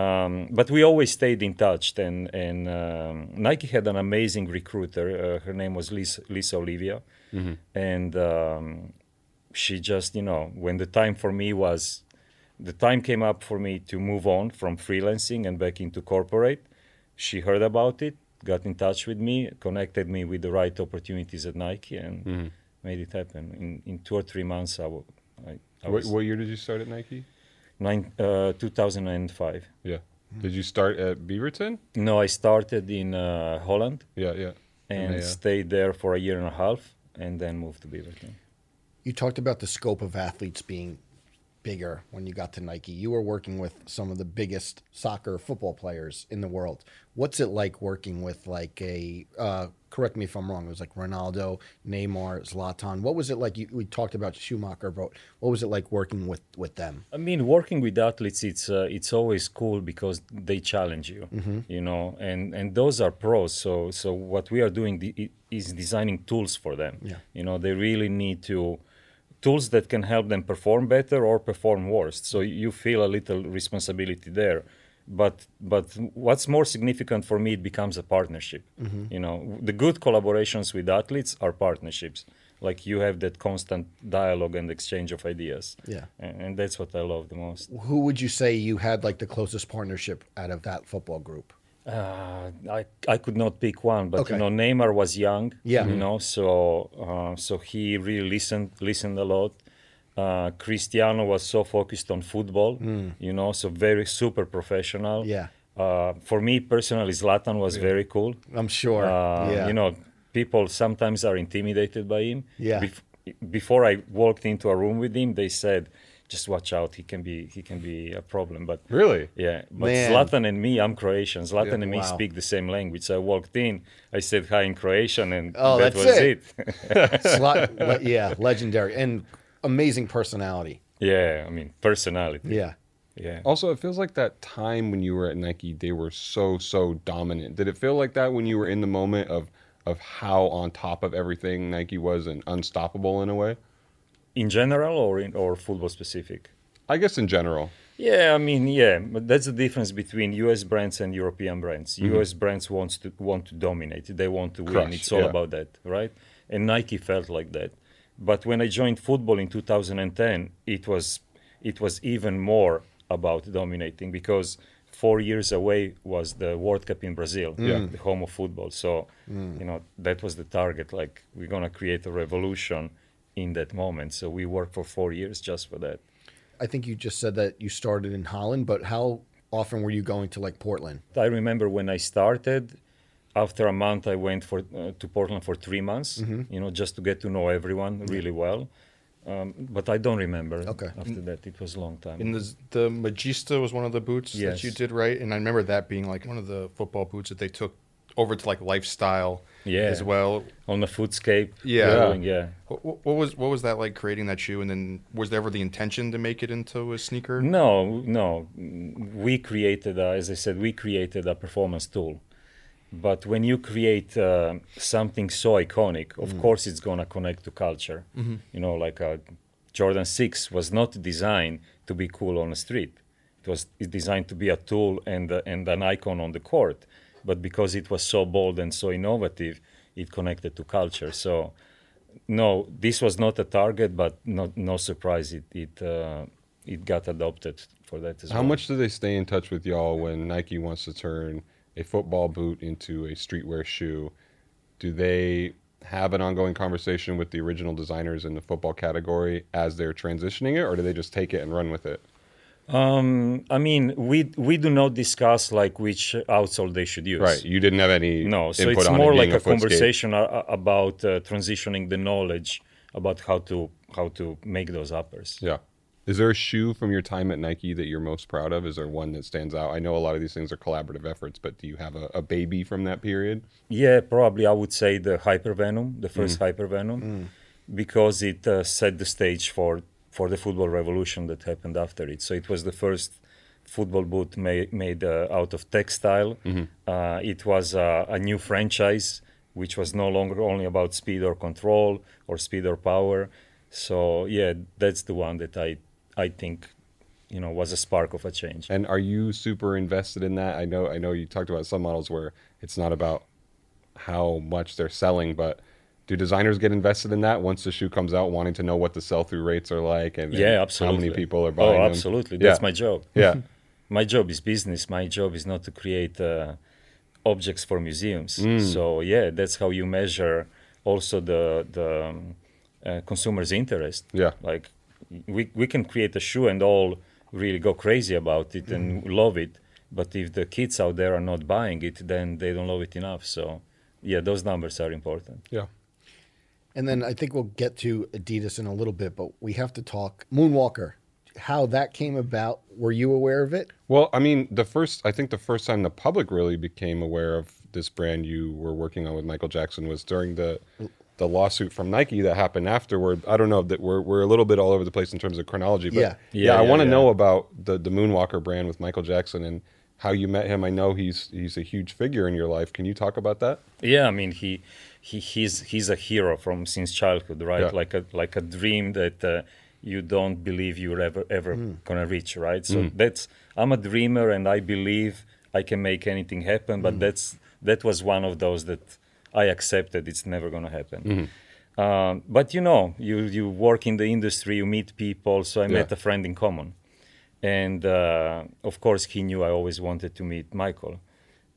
Speaker 4: Um, but we always stayed in touch, and and um, Nike had an amazing recruiter. Uh, her name was Lisa, Lisa Olivia, and um, she just you know when the time for me was, the time came up for me to move on from freelancing and back into corporate. She heard about it, got in touch with me, connected me with the right opportunities at Nike, and made it happen. In in two or three months, I, w- I, I
Speaker 3: What,
Speaker 4: was
Speaker 3: what year did you start at Nike?
Speaker 4: nine, uh, 2005.
Speaker 3: Yeah. Hmm. Did you start at Beaverton?
Speaker 4: No, I started in uh, Holland
Speaker 3: Yeah, yeah.
Speaker 4: and
Speaker 3: yeah.
Speaker 4: stayed there for a year and a half, and then moved to Beaverton.
Speaker 1: You talked about the scope of athletes being bigger when you got to Nike. You were working with some of the biggest soccer football players in the world. What's it like working with like a uh, correct me if I'm wrong, it was like Ronaldo, Neymar, Zlatan. What was it like you we talked about Schumacher, but what was it like working with with them?
Speaker 4: I mean, working with athletes, it's uh, it's always cool because they challenge you, you know, and and those are pros. So so what we are doing the, i- is designing tools for them.
Speaker 1: Yeah.
Speaker 4: You know, they really need to tools that can help them perform better or perform worse. So you feel a little responsibility there. But but what's more significant for me, it becomes a partnership. You know, the good collaborations with athletes are partnerships. Like you have that constant dialogue and exchange of ideas
Speaker 1: Yeah.
Speaker 4: and, and that's what I love the most.
Speaker 1: Who would you say you had like the closest partnership out of that football group?
Speaker 4: Uh, I I could not pick one, but
Speaker 1: Okay.
Speaker 4: you know Neymar was young,
Speaker 1: Yeah. Mm-hmm.
Speaker 4: you know, so uh, so he really listened listened a lot. Uh, Cristiano was so focused on football, you know, so very super professional.
Speaker 1: Mm. Yeah.
Speaker 4: Uh, for me personally, Zlatan was very cool.
Speaker 1: I'm sure.
Speaker 4: Uh,
Speaker 1: yeah.
Speaker 4: You know, people sometimes are intimidated by him.
Speaker 1: Yeah.
Speaker 4: Bef- before I walked into a room with him, they said, "Just watch out. He can be he can be a problem." But
Speaker 3: Really?
Speaker 4: Yeah, but
Speaker 1: Man.
Speaker 4: Zlatan and me, I'm Croatian. Zlatan and me
Speaker 1: Wow.
Speaker 4: speak the same language. I walked in, I said hi in Croatian, and
Speaker 1: Oh,
Speaker 4: that
Speaker 1: that's
Speaker 4: was
Speaker 1: it.
Speaker 4: it.
Speaker 1: Slot, le- yeah, legendary and amazing personality.
Speaker 4: yeah, I mean personality.
Speaker 1: Yeah.
Speaker 4: Yeah.
Speaker 3: Also, it feels like that time when you were at Nike, they were so so dominant. Did it feel like that when you were in the moment of of how on top of everything Nike was and unstoppable in a way?
Speaker 4: In general, or in or football specific.
Speaker 3: I guess in general.
Speaker 4: Yeah, I mean, yeah, but that's the difference between U.S. brands and European brands. U.S. brands wants to want to dominate; they want to win.
Speaker 3: Mm-hmm. Crush,
Speaker 4: it's all
Speaker 3: yeah.
Speaker 4: about that, right? And Nike felt like that. But when I joined football in 2010, it was it was even more about dominating because four years away was the World Cup in Brazil,
Speaker 3: Mm.
Speaker 4: the home of football. So you know that was the target. Like we're gonna create a revolution in that moment. So we worked for four years just for that.
Speaker 1: I think you just said that you started in Holland, but how often were you going to like Portland?
Speaker 4: I remember when I started. After a month, I went for uh, to Portland for three months. You know, just to get to know everyone really well. Um, but I don't remember.
Speaker 1: Okay.
Speaker 4: After that, it was a long time.
Speaker 2: And the the Magista was one of the boots that
Speaker 4: Yes.
Speaker 2: you did right, and I remember that being like one of the football boots that they took over to like lifestyle
Speaker 4: Yeah.
Speaker 2: as well.
Speaker 4: On the foodscape.
Speaker 2: Yeah.
Speaker 4: going, yeah.
Speaker 2: What, what was what was that like creating that shoe, and then was there ever the intention to make it into a
Speaker 4: Mm,
Speaker 2: sneaker?
Speaker 4: No, no. Mm, We created, a, as I said, we created a performance tool. But when you create uh, something so iconic, of course it's gonna connect to culture. You know, like uh, Jordan Six was not designed to be cool on the street. It was it's designed to be a tool and uh, and an icon on the court. But because it was so bold and so innovative, it connected to culture. So no, this was not a target, but no, no surprise it it uh, it got adopted for that as
Speaker 3: How
Speaker 4: well.
Speaker 3: much do they stay in touch with y'all when Nike wants to turn a football boot into a streetwear shoe? Do they have an ongoing conversation with the original designers in the football category as they're transitioning it, or do they just take it and run with it?
Speaker 4: Um, I mean, we we do not discuss like which outsole they should use.
Speaker 3: Right. You didn't have any
Speaker 4: No, so
Speaker 3: input
Speaker 4: it's
Speaker 3: on it
Speaker 4: more
Speaker 3: being
Speaker 4: like a,
Speaker 3: footscape.
Speaker 4: conversation a, a- about uh, transitioning the knowledge about how to how to make those uppers.
Speaker 3: Yeah. Is there a shoe from your time at Nike that you're most proud of? Is there one that stands out? I know a lot of these things are collaborative efforts, but do you have a, a baby from that period?
Speaker 4: Yeah, probably I would say the Hypervenom, the first Hypervenom, because it uh, set the stage for for the football revolution that happened after it. So it was the first football boot made made uh, out of textile. Uh, it was uh, a new franchise which was no longer only about speed or control or speed or power. So yeah, that's the one that I I think you know was a spark of a change.
Speaker 3: And are you super invested in that? I know I know you talked about some models where it's not about how much they're selling, but do designers get invested in that once the shoe comes out, wanting to know what the sell-through rates are like and, and
Speaker 4: yeah, absolutely.
Speaker 3: how many people are buying
Speaker 4: Oh,
Speaker 3: them?
Speaker 4: absolutely.
Speaker 3: Yeah.
Speaker 4: That's my job.
Speaker 3: Yeah.
Speaker 4: my job is business. My job is not to create uh, objects for museums.
Speaker 3: Mm.
Speaker 4: So yeah, that's how you measure also the the um, uh, consumer's interest.
Speaker 3: Yeah.
Speaker 4: like we we can create a shoe and all really go crazy about it and
Speaker 3: Mm-hmm.
Speaker 4: love it. But if the kids out there are not buying it, then they don't love it enough. So yeah, those numbers are important.
Speaker 3: Yeah.
Speaker 1: And then I think we'll get to Adidas in a little bit, but we have to talk Moonwalker. How that came about? Were you aware of it?
Speaker 3: Well, I mean, the first I think the first time the public really became aware of this brand you were working on with Michael Jackson was during the the lawsuit from Nike that happened afterward. I don't know that we're we're a little bit all over the place in terms of chronology, but
Speaker 1: Yeah.
Speaker 3: yeah,
Speaker 4: Yeah,
Speaker 3: I
Speaker 4: yeah,
Speaker 3: want to
Speaker 4: yeah.
Speaker 3: know about the the Moonwalker brand with Michael Jackson and how you met him. I know he's he's a huge figure in your life. Can you talk about that?
Speaker 4: Yeah, I mean he he he's he's a hero from since childhood, right?
Speaker 3: Yeah.
Speaker 4: Like a like a dream that uh, you don't believe you're ever ever gonna reach, right? So that's I'm a dreamer and I believe I can make anything happen, but that's that was one of those that I accepted it's never gonna happen. Um, but you know, you you work in the industry, you meet people. So I met a friend in common, and uh, of course he knew I always wanted to meet Michael.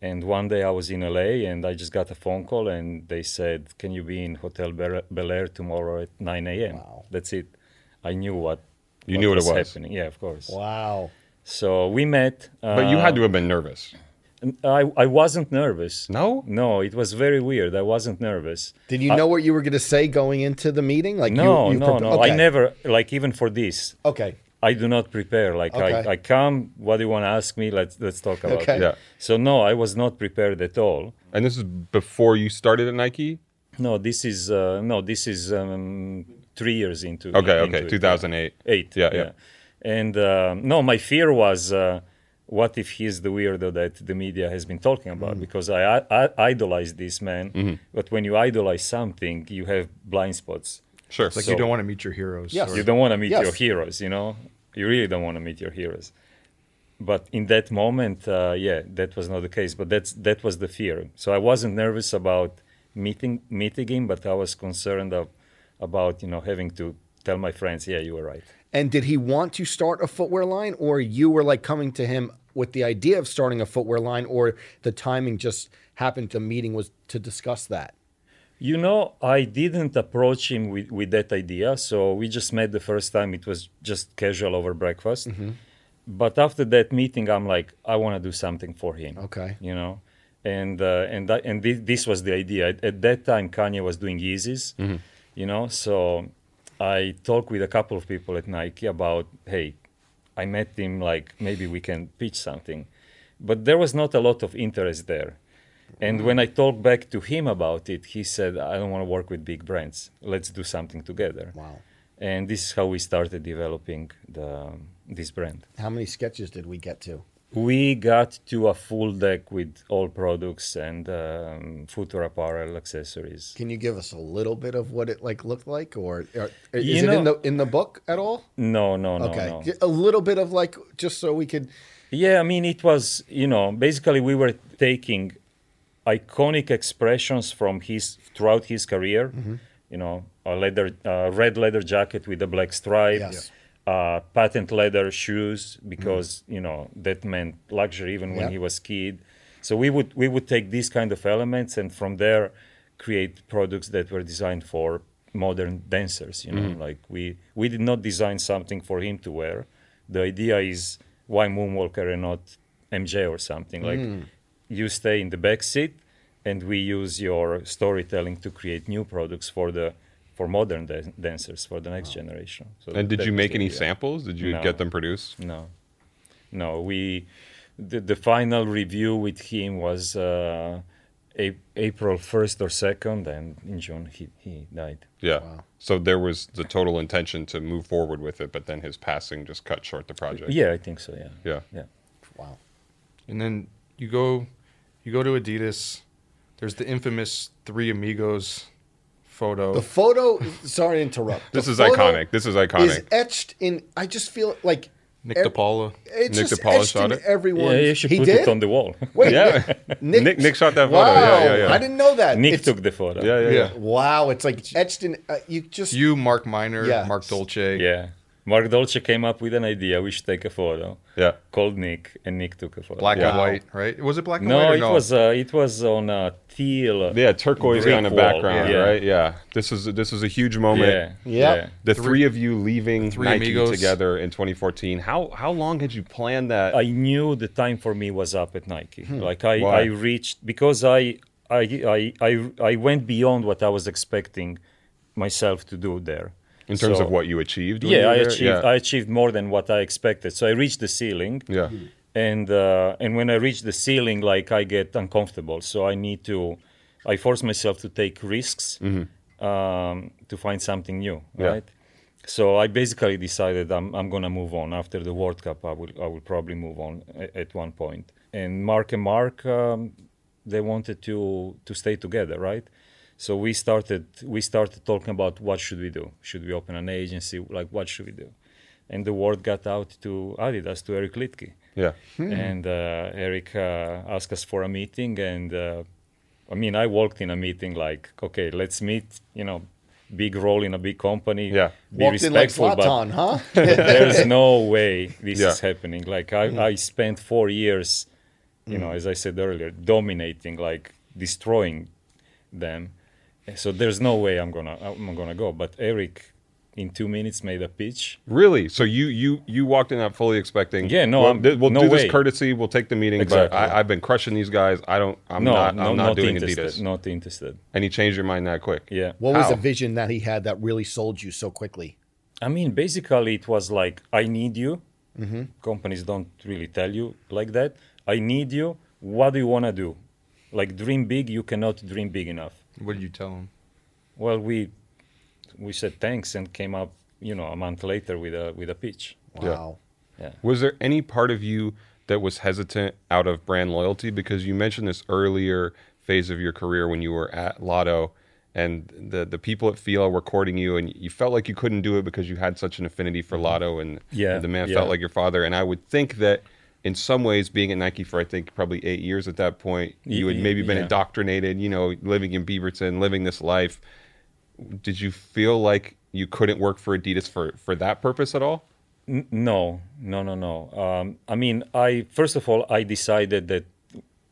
Speaker 4: And one day I was in LA, and I just got a phone call, and they said, "Can you be in Hotel Bel, Bel Air tomorrow at 9 a.m.?"
Speaker 1: Wow.
Speaker 4: That's it. I knew what
Speaker 3: You knew what it was.
Speaker 4: happening. Yeah, of course.
Speaker 1: Wow.
Speaker 4: So we met. Uh,
Speaker 3: But you had to have been nervous.
Speaker 4: and I I wasn't nervous.
Speaker 3: No?
Speaker 4: no, it was very weird. I wasn't nervous.
Speaker 1: Did you know what you were going to say going into the meeting? Like
Speaker 4: No,
Speaker 1: you, you
Speaker 4: no,
Speaker 1: prepa-
Speaker 4: no.
Speaker 1: Okay.
Speaker 4: I never like even for this.
Speaker 1: Okay.
Speaker 4: I do not prepare. Like
Speaker 1: Okay.
Speaker 4: I, I come. What do you want to ask me? Let's let's talk about
Speaker 1: Okay.
Speaker 4: it.
Speaker 3: Yeah.
Speaker 4: So no, I was not prepared at all.
Speaker 3: And this is before you started at Nike.
Speaker 4: No, this is uh, no, this is um, three years into.
Speaker 3: Okay,
Speaker 4: into
Speaker 3: okay,
Speaker 4: it.
Speaker 3: two thousand eight.
Speaker 4: Eight.
Speaker 3: Yeah,
Speaker 4: Yeah,
Speaker 3: yeah.
Speaker 4: yeah. And uh, no, my fear was, uh, what if he's the weirdo that the media has been talking
Speaker 3: Mm-hmm.
Speaker 4: about? Because I, I, I idolize this man, but when you idolize something, you have blind spots.
Speaker 3: Sure.
Speaker 2: It's like
Speaker 4: So-
Speaker 2: you don't want to meet your heroes.
Speaker 1: Yes.
Speaker 2: or-
Speaker 4: You don't want to meet
Speaker 1: Yes.
Speaker 4: your heroes, you know. You really don't want to meet your heroes. But in that moment, uh, yeah, that was not the case. But that's that was the fear. So I wasn't nervous about meeting meeting him, but I was concerned of, about you know having to tell my friends, yeah, you were right.
Speaker 1: And did he want to start a footwear line, or you were like coming to him with the idea of starting a footwear line, or the timing just happened? The meeting was to discuss that.
Speaker 4: You know, I didn't approach him with, with that idea. So we just met the first time. It was just casual over breakfast.
Speaker 1: Mm-hmm.
Speaker 4: But after that meeting, I'm like, I want to do something for him.
Speaker 1: Okay.
Speaker 4: You know, and uh, and I, and thi- this was the idea. At, at that time, Kanye was doing Yeezys. You know, so I talked with a couple of people at Nike about, hey, I met him. Like maybe we can pitch something, but there was not a lot of interest there. And when I talked back to him about it, he said, I don't want to work with big brands. Let's do something together.
Speaker 1: Wow.
Speaker 4: And this is how we started developing the, this brand.
Speaker 1: How many sketches did we get to?
Speaker 4: We got to a full deck with all products and um, footwear apparel accessories.
Speaker 1: Can you give us a little bit of what it like looked like, or, or is
Speaker 4: You
Speaker 1: it in
Speaker 4: know-
Speaker 1: the in the book at all?
Speaker 4: No, no, no,
Speaker 1: okay,
Speaker 4: no.
Speaker 1: J- a little bit of like just so we could.
Speaker 4: Yeah, I mean, it was, you know, basically we were taking iconic expressions from his throughout his career.
Speaker 1: Mm-hmm.
Speaker 4: You know, a leather, uh, red leather jacket with a black stripe,
Speaker 1: Yes.
Speaker 4: uh, patent leather shoes, because you know that meant luxury even when
Speaker 1: Yeah.
Speaker 4: he was kid. So we would we would take these kind of elements and from there create products that were designed for modern dancers. You know, like we we did not design something for him to wear. The idea is why Moonwalker and not MJ or something like you stay in the back seat and we use your storytelling to create new products for the for modern dan- dancers for the next generation so
Speaker 3: And did
Speaker 4: that
Speaker 3: you
Speaker 4: was
Speaker 3: make
Speaker 4: the
Speaker 3: any
Speaker 4: idea.
Speaker 3: samples? Did you
Speaker 4: No.
Speaker 3: get them produced?
Speaker 4: no no we the, the final review with him was uh, a- april 1st or 2nd and in june he, he died
Speaker 3: Yeah. So there was the total intention to move forward with it, but then his passing just cut short the project.
Speaker 4: yeah i think so yeah
Speaker 3: Yeah.
Speaker 4: yeah
Speaker 1: Wow.
Speaker 2: And then you go, you go to Adidas. There's the infamous Three Amigos photo.
Speaker 1: The photo. sorry to interrupt.
Speaker 3: This
Speaker 1: The
Speaker 3: is
Speaker 1: photo
Speaker 3: iconic. This is iconic.
Speaker 1: Is etched in. I just feel like
Speaker 2: Nick DePaula.
Speaker 1: er, It's
Speaker 3: Nick
Speaker 1: just
Speaker 3: DePaula
Speaker 1: etched
Speaker 3: shot
Speaker 1: in
Speaker 3: it?
Speaker 1: everyone.
Speaker 4: Yeah, you should
Speaker 1: he
Speaker 4: put
Speaker 1: did?
Speaker 4: it on the wall.
Speaker 1: Wait,
Speaker 3: Yeah.
Speaker 1: Nick,
Speaker 3: Nick- Nick shot that photo.
Speaker 1: Wow,
Speaker 3: Yeah, yeah, yeah.
Speaker 1: I didn't know that.
Speaker 4: Nick
Speaker 1: It's-
Speaker 4: took the photo.
Speaker 3: Yeah, yeah, yeah.
Speaker 1: Wow, it's like etched in. Uh, you just
Speaker 2: You, Mark Miner,
Speaker 1: Yeah.
Speaker 2: Mark Dolce.
Speaker 4: Yeah. Mark Dolce came up with an idea. We should take a photo.
Speaker 3: Yeah.
Speaker 4: Called Nick, and Nick took a photo.
Speaker 2: Black and
Speaker 1: Wow.
Speaker 2: white, right? Was it black and white
Speaker 4: No,
Speaker 2: or
Speaker 4: it
Speaker 2: no?
Speaker 4: was uh, it was on a teal.
Speaker 3: Yeah, turquoise
Speaker 4: Brick
Speaker 3: kind of
Speaker 4: wall,
Speaker 3: background,
Speaker 4: yeah.
Speaker 3: right? Yeah. This is this was a huge moment.
Speaker 4: Yeah.
Speaker 1: Yeah.
Speaker 3: The three, of you leaving
Speaker 2: three
Speaker 3: Nike
Speaker 2: amigos.
Speaker 3: together in 2014. How how long had you planned that?
Speaker 4: I knew the time for me was up at Nike. Like I,
Speaker 3: Hmm. Why?
Speaker 4: I reached because I, I I I I went beyond what I was expecting myself to do there.
Speaker 3: in terms
Speaker 4: So-
Speaker 3: of what you achieved? when you
Speaker 4: Yeah, I
Speaker 3: were there?
Speaker 4: achieved I achieved more than what I expected. So I reached the ceiling.
Speaker 3: Yeah.
Speaker 4: Mm. And uh, and when I reach the ceiling, like I get uncomfortable. So I need to, I force myself to take risks um, to find something new,
Speaker 3: Yeah.
Speaker 4: right? So I basically decided I'm, I'm gonna move on after the World Cup. I will I will probably move on at, at one point. And Mark and Mark, um, they wanted to to stay together, right? So we started we started talking about what should we do? Should we open an agency? Like what should we do? And the word got out to Adidas to Eric Litke
Speaker 3: yeah.
Speaker 4: and uh, Eric uh, asked us for a meeting, and uh, I mean, I walked in a meeting like, okay, let's meet. You know, big role in a big company.
Speaker 3: Yeah.
Speaker 4: be
Speaker 1: walked in like
Speaker 4: respectful,
Speaker 1: Zlatan, huh?
Speaker 4: but there's no way this
Speaker 3: Yeah.
Speaker 4: is happening. Like
Speaker 1: Hmm.
Speaker 4: I, I spent four years, you
Speaker 3: Hmm.
Speaker 4: know, as I said earlier, dominating, like destroying them. So there's no way I'm gonna I'm gonna go. But Eric, in two minutes, made a pitch.
Speaker 3: Really? So you you you walked in not fully expecting?
Speaker 4: Yeah, no,
Speaker 3: We'll,
Speaker 4: I'm-
Speaker 3: th- we'll
Speaker 4: no
Speaker 3: do
Speaker 4: way.
Speaker 3: this courtesy. We'll take the meeting.
Speaker 4: Exactly.
Speaker 3: But I, I've been crushing these guys. I don't. I'm
Speaker 4: No,
Speaker 3: not.
Speaker 4: no,
Speaker 3: I'm not, doing
Speaker 4: interested.
Speaker 3: Adidas.
Speaker 4: Not interested.
Speaker 3: And he changed your mind that quick.
Speaker 4: Yeah.
Speaker 1: what was
Speaker 3: How?
Speaker 1: the vision that he had that really sold you so quickly?
Speaker 4: I mean, basically, it was like, I need you.
Speaker 3: Mm-hmm.
Speaker 4: Companies don't really tell you like that. I need you. What do you want to do? Like, dream big. You cannot dream big enough.
Speaker 2: What did you tell him?
Speaker 4: Well, we we said thanks and came up, you know, a month later with a with a pitch.
Speaker 1: Wow.
Speaker 3: Was there any part of you that was hesitant out of brand loyalty? Because you mentioned this earlier phase of your career when you were at Lotto and the, the people at Fila were courting you and you felt like you couldn't do it because you had such an affinity for Lotto and,
Speaker 4: Mm-hmm. Yeah,
Speaker 3: and the man
Speaker 4: yeah.
Speaker 3: felt like your father. And I would think that in some ways being at Nike for I think probably eight years at that point, you had
Speaker 4: y-
Speaker 3: maybe been
Speaker 4: yeah.
Speaker 3: indoctrinated, you know, living in Beaverton, living this life. Did you feel like you couldn't work for Adidas for, for that purpose at all?
Speaker 4: N- no, no, no, no. Um, I mean, I first of all, I decided that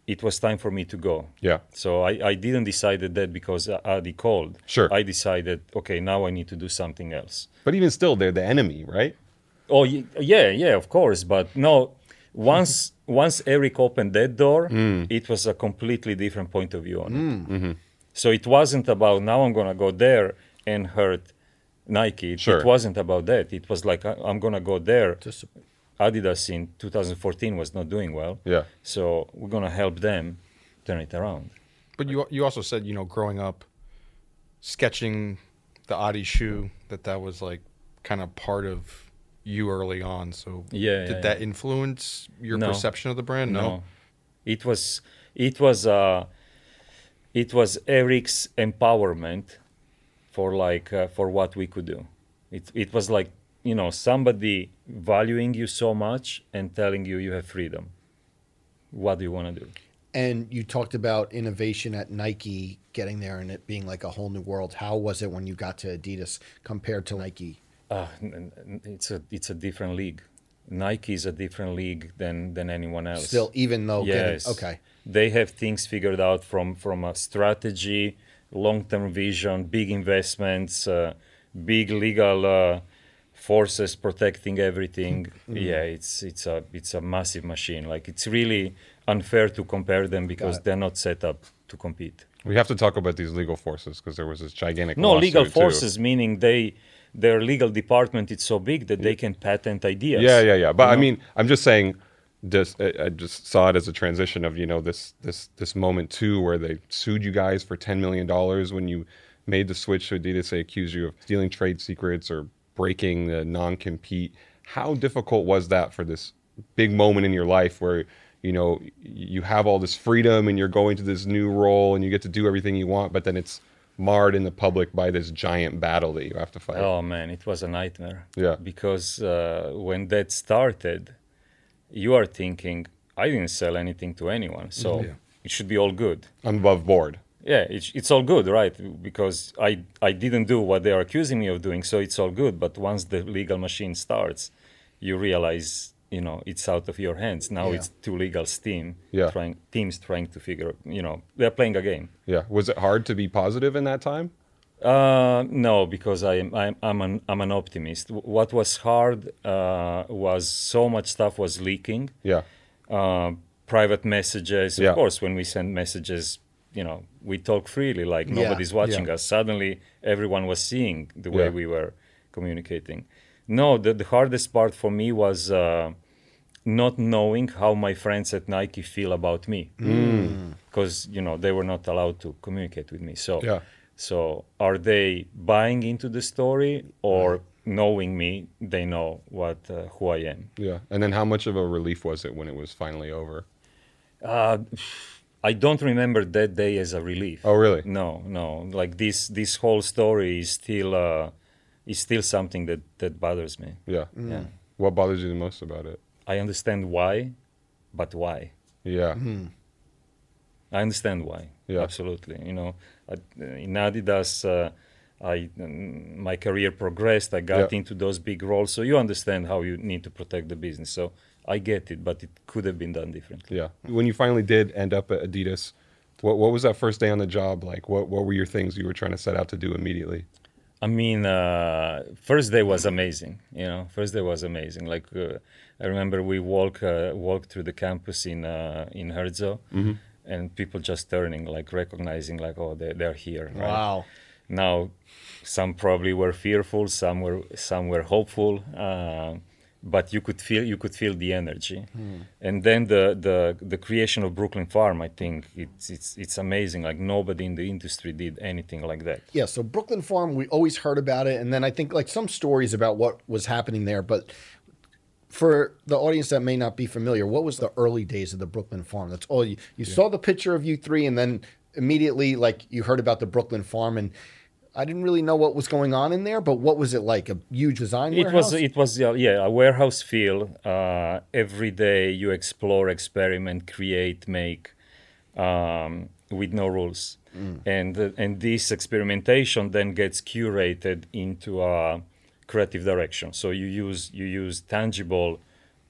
Speaker 4: it was time for me to go.
Speaker 3: Yeah.
Speaker 4: So I, I didn't decide that because Adi called.
Speaker 3: Sure.
Speaker 4: I decided, okay, now I need to do something else.
Speaker 3: But even still, they're the enemy, right?
Speaker 4: Oh y- yeah, yeah, of course. But no, once once Eric opened that door,
Speaker 3: Mm.
Speaker 4: it was a completely different point of view on it. So it wasn't about now I'm gonna go there and hurt Nike. It,
Speaker 3: Sure.
Speaker 4: it wasn't about that. It was like I, I'm gonna go there.
Speaker 1: Just-
Speaker 4: Adidas in 2014 was not doing well.
Speaker 3: Yeah.
Speaker 4: So we're gonna help them turn it around.
Speaker 2: But you you also said you know growing up, sketching the Adi shoe that that was like kind of part of you early on. So
Speaker 4: Yeah,
Speaker 2: did
Speaker 4: yeah,
Speaker 2: that influence your
Speaker 4: No.
Speaker 2: perception of the brand? No.
Speaker 4: It was it was uh it was Eric's empowerment for like uh, for what we could do. It it was like, you know, somebody valuing you so much and telling you you have freedom. What do you want to do?
Speaker 1: And you talked about innovation at Nike getting there and it being like a whole new world. How was it when you got to Adidas compared to Nike?
Speaker 4: Uh, n- n- it's a it's a different league. Nike is a different league than than anyone else.
Speaker 1: Still, even though getting-
Speaker 4: Yes.
Speaker 1: Oh, okay,
Speaker 4: They have things figured out from from a strategy, long-term vision, big investments, uh, big legal uh, forces protecting everything. Yeah, it's it's a it's a massive machine. Like it's really unfair to compare them because they're not set up to compete.
Speaker 3: We have to talk about these legal forces because there was this gigantic.
Speaker 4: No legal
Speaker 3: lawsuit, too.
Speaker 4: forces, meaning they their legal department is so big that they can patent ideas.
Speaker 3: Yeah, yeah, yeah. But I mean, I'm just saying. Just, I I just saw it as a transition of you know this this this moment too, where they sued you guys for ten million dollars when you made the switch to Adidas. They accused you of stealing trade secrets or breaking the non-compete. How difficult was that for this big moment in your life where you know you have all this freedom and you're going to this new role and you get to do everything you want, but then it's marred in the public by this giant battle that you have to fight.
Speaker 4: Oh man, it was a nightmare.
Speaker 3: Yeah.
Speaker 4: Because uh, when that started, you are thinking, I didn't sell anything to anyone, so
Speaker 3: Mm-hmm.
Speaker 4: it should be all good.
Speaker 3: I'm above board.
Speaker 4: Yeah, it's, it's all good, right? Because I I didn't do what they are accusing me of doing, so it's all good. But once the legal machine starts, you realize you know it's out of your hands. Now
Speaker 1: Yeah.
Speaker 4: it's two legal team
Speaker 3: Yeah.
Speaker 4: trying teams trying to figure you know they're playing a game.
Speaker 3: Yeah. Was it hard to be positive in that time?
Speaker 4: Uh, no, because I am I'm, I'm an I'm an optimist. W- What was hard uh, was so much stuff was leaking.
Speaker 3: Yeah.
Speaker 4: Uh, private messages,
Speaker 3: Yeah.
Speaker 4: of course. When we send messages, you know, we talk freely, like nobody's watching us. Suddenly, everyone was seeing the way
Speaker 3: Yeah.
Speaker 4: we were communicating. No, the, the hardest part for me was uh, not knowing how my friends at Nike feel about me,
Speaker 3: Mm.
Speaker 4: because you know they were not allowed to communicate with me. So,
Speaker 3: Yeah.
Speaker 4: so are they buying into the story
Speaker 3: Mm.
Speaker 4: or knowing me? They know what uh, who I am.
Speaker 3: Yeah. And then how much of a relief was it when it was finally over?
Speaker 4: I don't remember that day as a relief.
Speaker 3: Oh, really?
Speaker 4: No, no. Like this, this whole story is still, uh, is still something that that bothers me.
Speaker 3: Yeah.
Speaker 4: Yeah.
Speaker 3: What bothers you the most about it?
Speaker 4: I understand why, but why?
Speaker 3: Yeah.
Speaker 4: I understand why.
Speaker 3: Yeah.
Speaker 4: Absolutely. You know, I, in Adidas, uh, I mm, my career progressed. I got
Speaker 3: Yeah.
Speaker 4: into those big roles, so you understand how you need to protect the business. So I get it, but it could have been done differently.
Speaker 3: Yeah. When you finally did end up at Adidas, what what was that first day on the job like? What what were your things you were trying to set out to do immediately?
Speaker 4: I mean, uh, first day was amazing. You know, first day was amazing. Like uh, I remember we walk uh, walked through the campus in uh, in Herzl, and people just turning, like recognizing, like oh, they they're here. Right?
Speaker 1: Wow.
Speaker 4: Now, some probably were fearful, some were some were hopeful, uh, but you could feel you could feel the energy. And then the, the the creation of Brooklyn Farm, I think it's it's it's amazing. Like nobody in the industry did anything like that.
Speaker 1: Yeah, so Brooklyn Farm, we always heard about it, and then I think like some stories about what was happening there. But for the audience that may not be familiar, what was the early days of the Brooklyn Farm? That's all you you saw the picture of you three, and then immediately like you heard about the Brooklyn Farm, and I didn't really know what was going on in there. But what was it like? A huge design
Speaker 4: it was
Speaker 1: warehouse?
Speaker 4: it was yeah, yeah a warehouse feel uh, every day you explore experiment create make um, with no rules and uh, and this experimentation then gets curated into a creative direction so you use you use tangible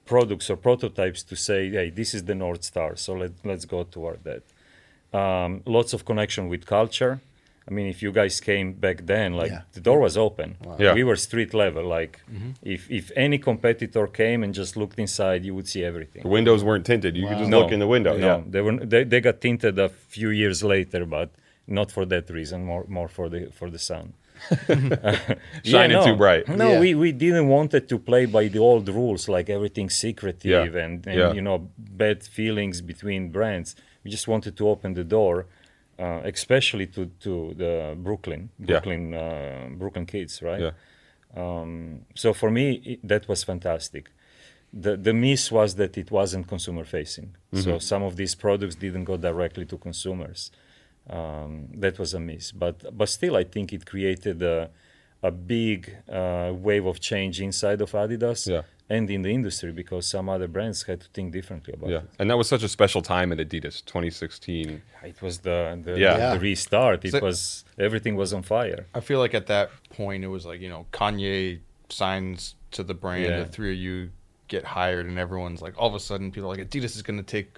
Speaker 4: products or prototypes to say hey this is the north star so let, let's go toward that um, lots of connection with culture i mean if you guys came back then like
Speaker 1: Yeah.
Speaker 4: the door was open
Speaker 3: Yeah.
Speaker 4: we were street level like
Speaker 3: Mm-hmm.
Speaker 4: if if any competitor came and just looked inside you would see everything
Speaker 3: The windows weren't tinted. You could just look in the window.
Speaker 4: no,
Speaker 3: Yeah.
Speaker 4: they were they, they got tinted a few years later but not for that reason more more for the for the sun
Speaker 3: Shining
Speaker 4: no.
Speaker 3: too bright.
Speaker 4: no
Speaker 1: Yeah.
Speaker 4: we, we didn't want it to play by the old rules like everything secretive and, and
Speaker 3: Yeah.
Speaker 4: you know bad feelings between brands we just wanted to open the door uh, especially to to the brooklyn brooklyn uh, brooklyn kids right
Speaker 3: Yeah.
Speaker 4: so for me it, that was fantastic the the miss was that it wasn't consumer facing
Speaker 3: Mm-hmm.
Speaker 4: so some of these products didn't go directly to consumers um, that was a miss but but still i think it created a, a big uh, wave of change inside of adidas
Speaker 3: Yeah.
Speaker 4: and in the industry because some other brands had to think differently about
Speaker 3: Yeah.
Speaker 4: it
Speaker 3: And that was such a special time at Adidas, 2016.
Speaker 4: it was the the,
Speaker 3: Yeah.
Speaker 4: the restart it
Speaker 2: So-
Speaker 4: was everything was on fire
Speaker 2: I feel like at that point it was like you know Kanye signs to the brand,
Speaker 4: Yeah.
Speaker 2: the three of you get hired, and everyone's like all of a sudden people are like Adidas is going to take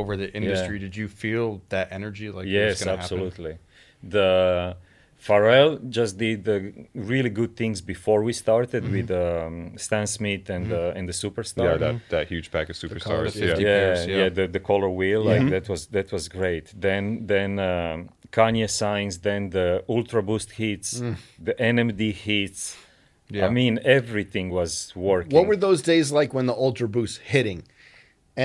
Speaker 2: over the industry. Did you feel that energy? Like it was
Speaker 4: yes
Speaker 2: gonna happen?
Speaker 4: absolutely the Pharrell just did the really good things before we started with um, Stan Smith and uh, and the superstar
Speaker 3: Yeah, that, that huge pack of
Speaker 1: colours,
Speaker 3: superstars. Yeah.
Speaker 2: yeah.
Speaker 3: yeah.
Speaker 2: pairs,
Speaker 4: yeah,
Speaker 2: yeah.
Speaker 4: the, the color wheel, like that was that was great. Then then um, Kanye signs, then the Ultra Boost hits, the NMD hits. I
Speaker 2: Yeah.
Speaker 4: mean, everything was working.
Speaker 1: what were those days like when the Ultra Boost hitting?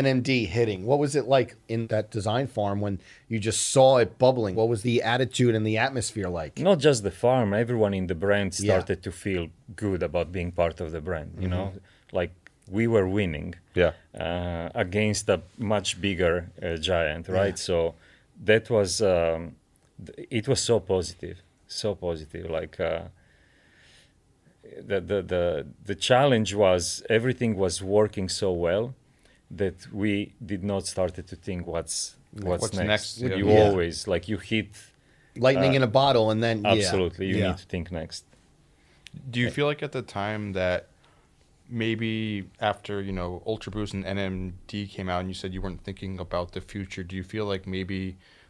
Speaker 1: NMD hitting. What was it like in that design farm when you just saw it bubbling? What was the attitude and the atmosphere like?
Speaker 4: not just the farm everyone in the brand
Speaker 1: Yeah.
Speaker 4: started to feel good about being part of the brand you know like we were winning
Speaker 3: Yeah.
Speaker 4: uh, against a much bigger uh, giant right so that was um, th- it was so positive, so positive. Like uh, the, the the the challenge was everything was working so well that we did not started to think what's what's,
Speaker 2: what's next,
Speaker 4: next.
Speaker 2: yeah.
Speaker 4: You
Speaker 1: Yeah.
Speaker 4: always like you hit
Speaker 1: Lightning in a bottle, and then yeah.
Speaker 4: Uh, absolutely. you
Speaker 1: Yeah.
Speaker 4: need to think next.
Speaker 2: Do you feel like at the time that maybe after you know Ultra Boost and NMD came out, and you said you weren't thinking about the future? Do you feel like maybe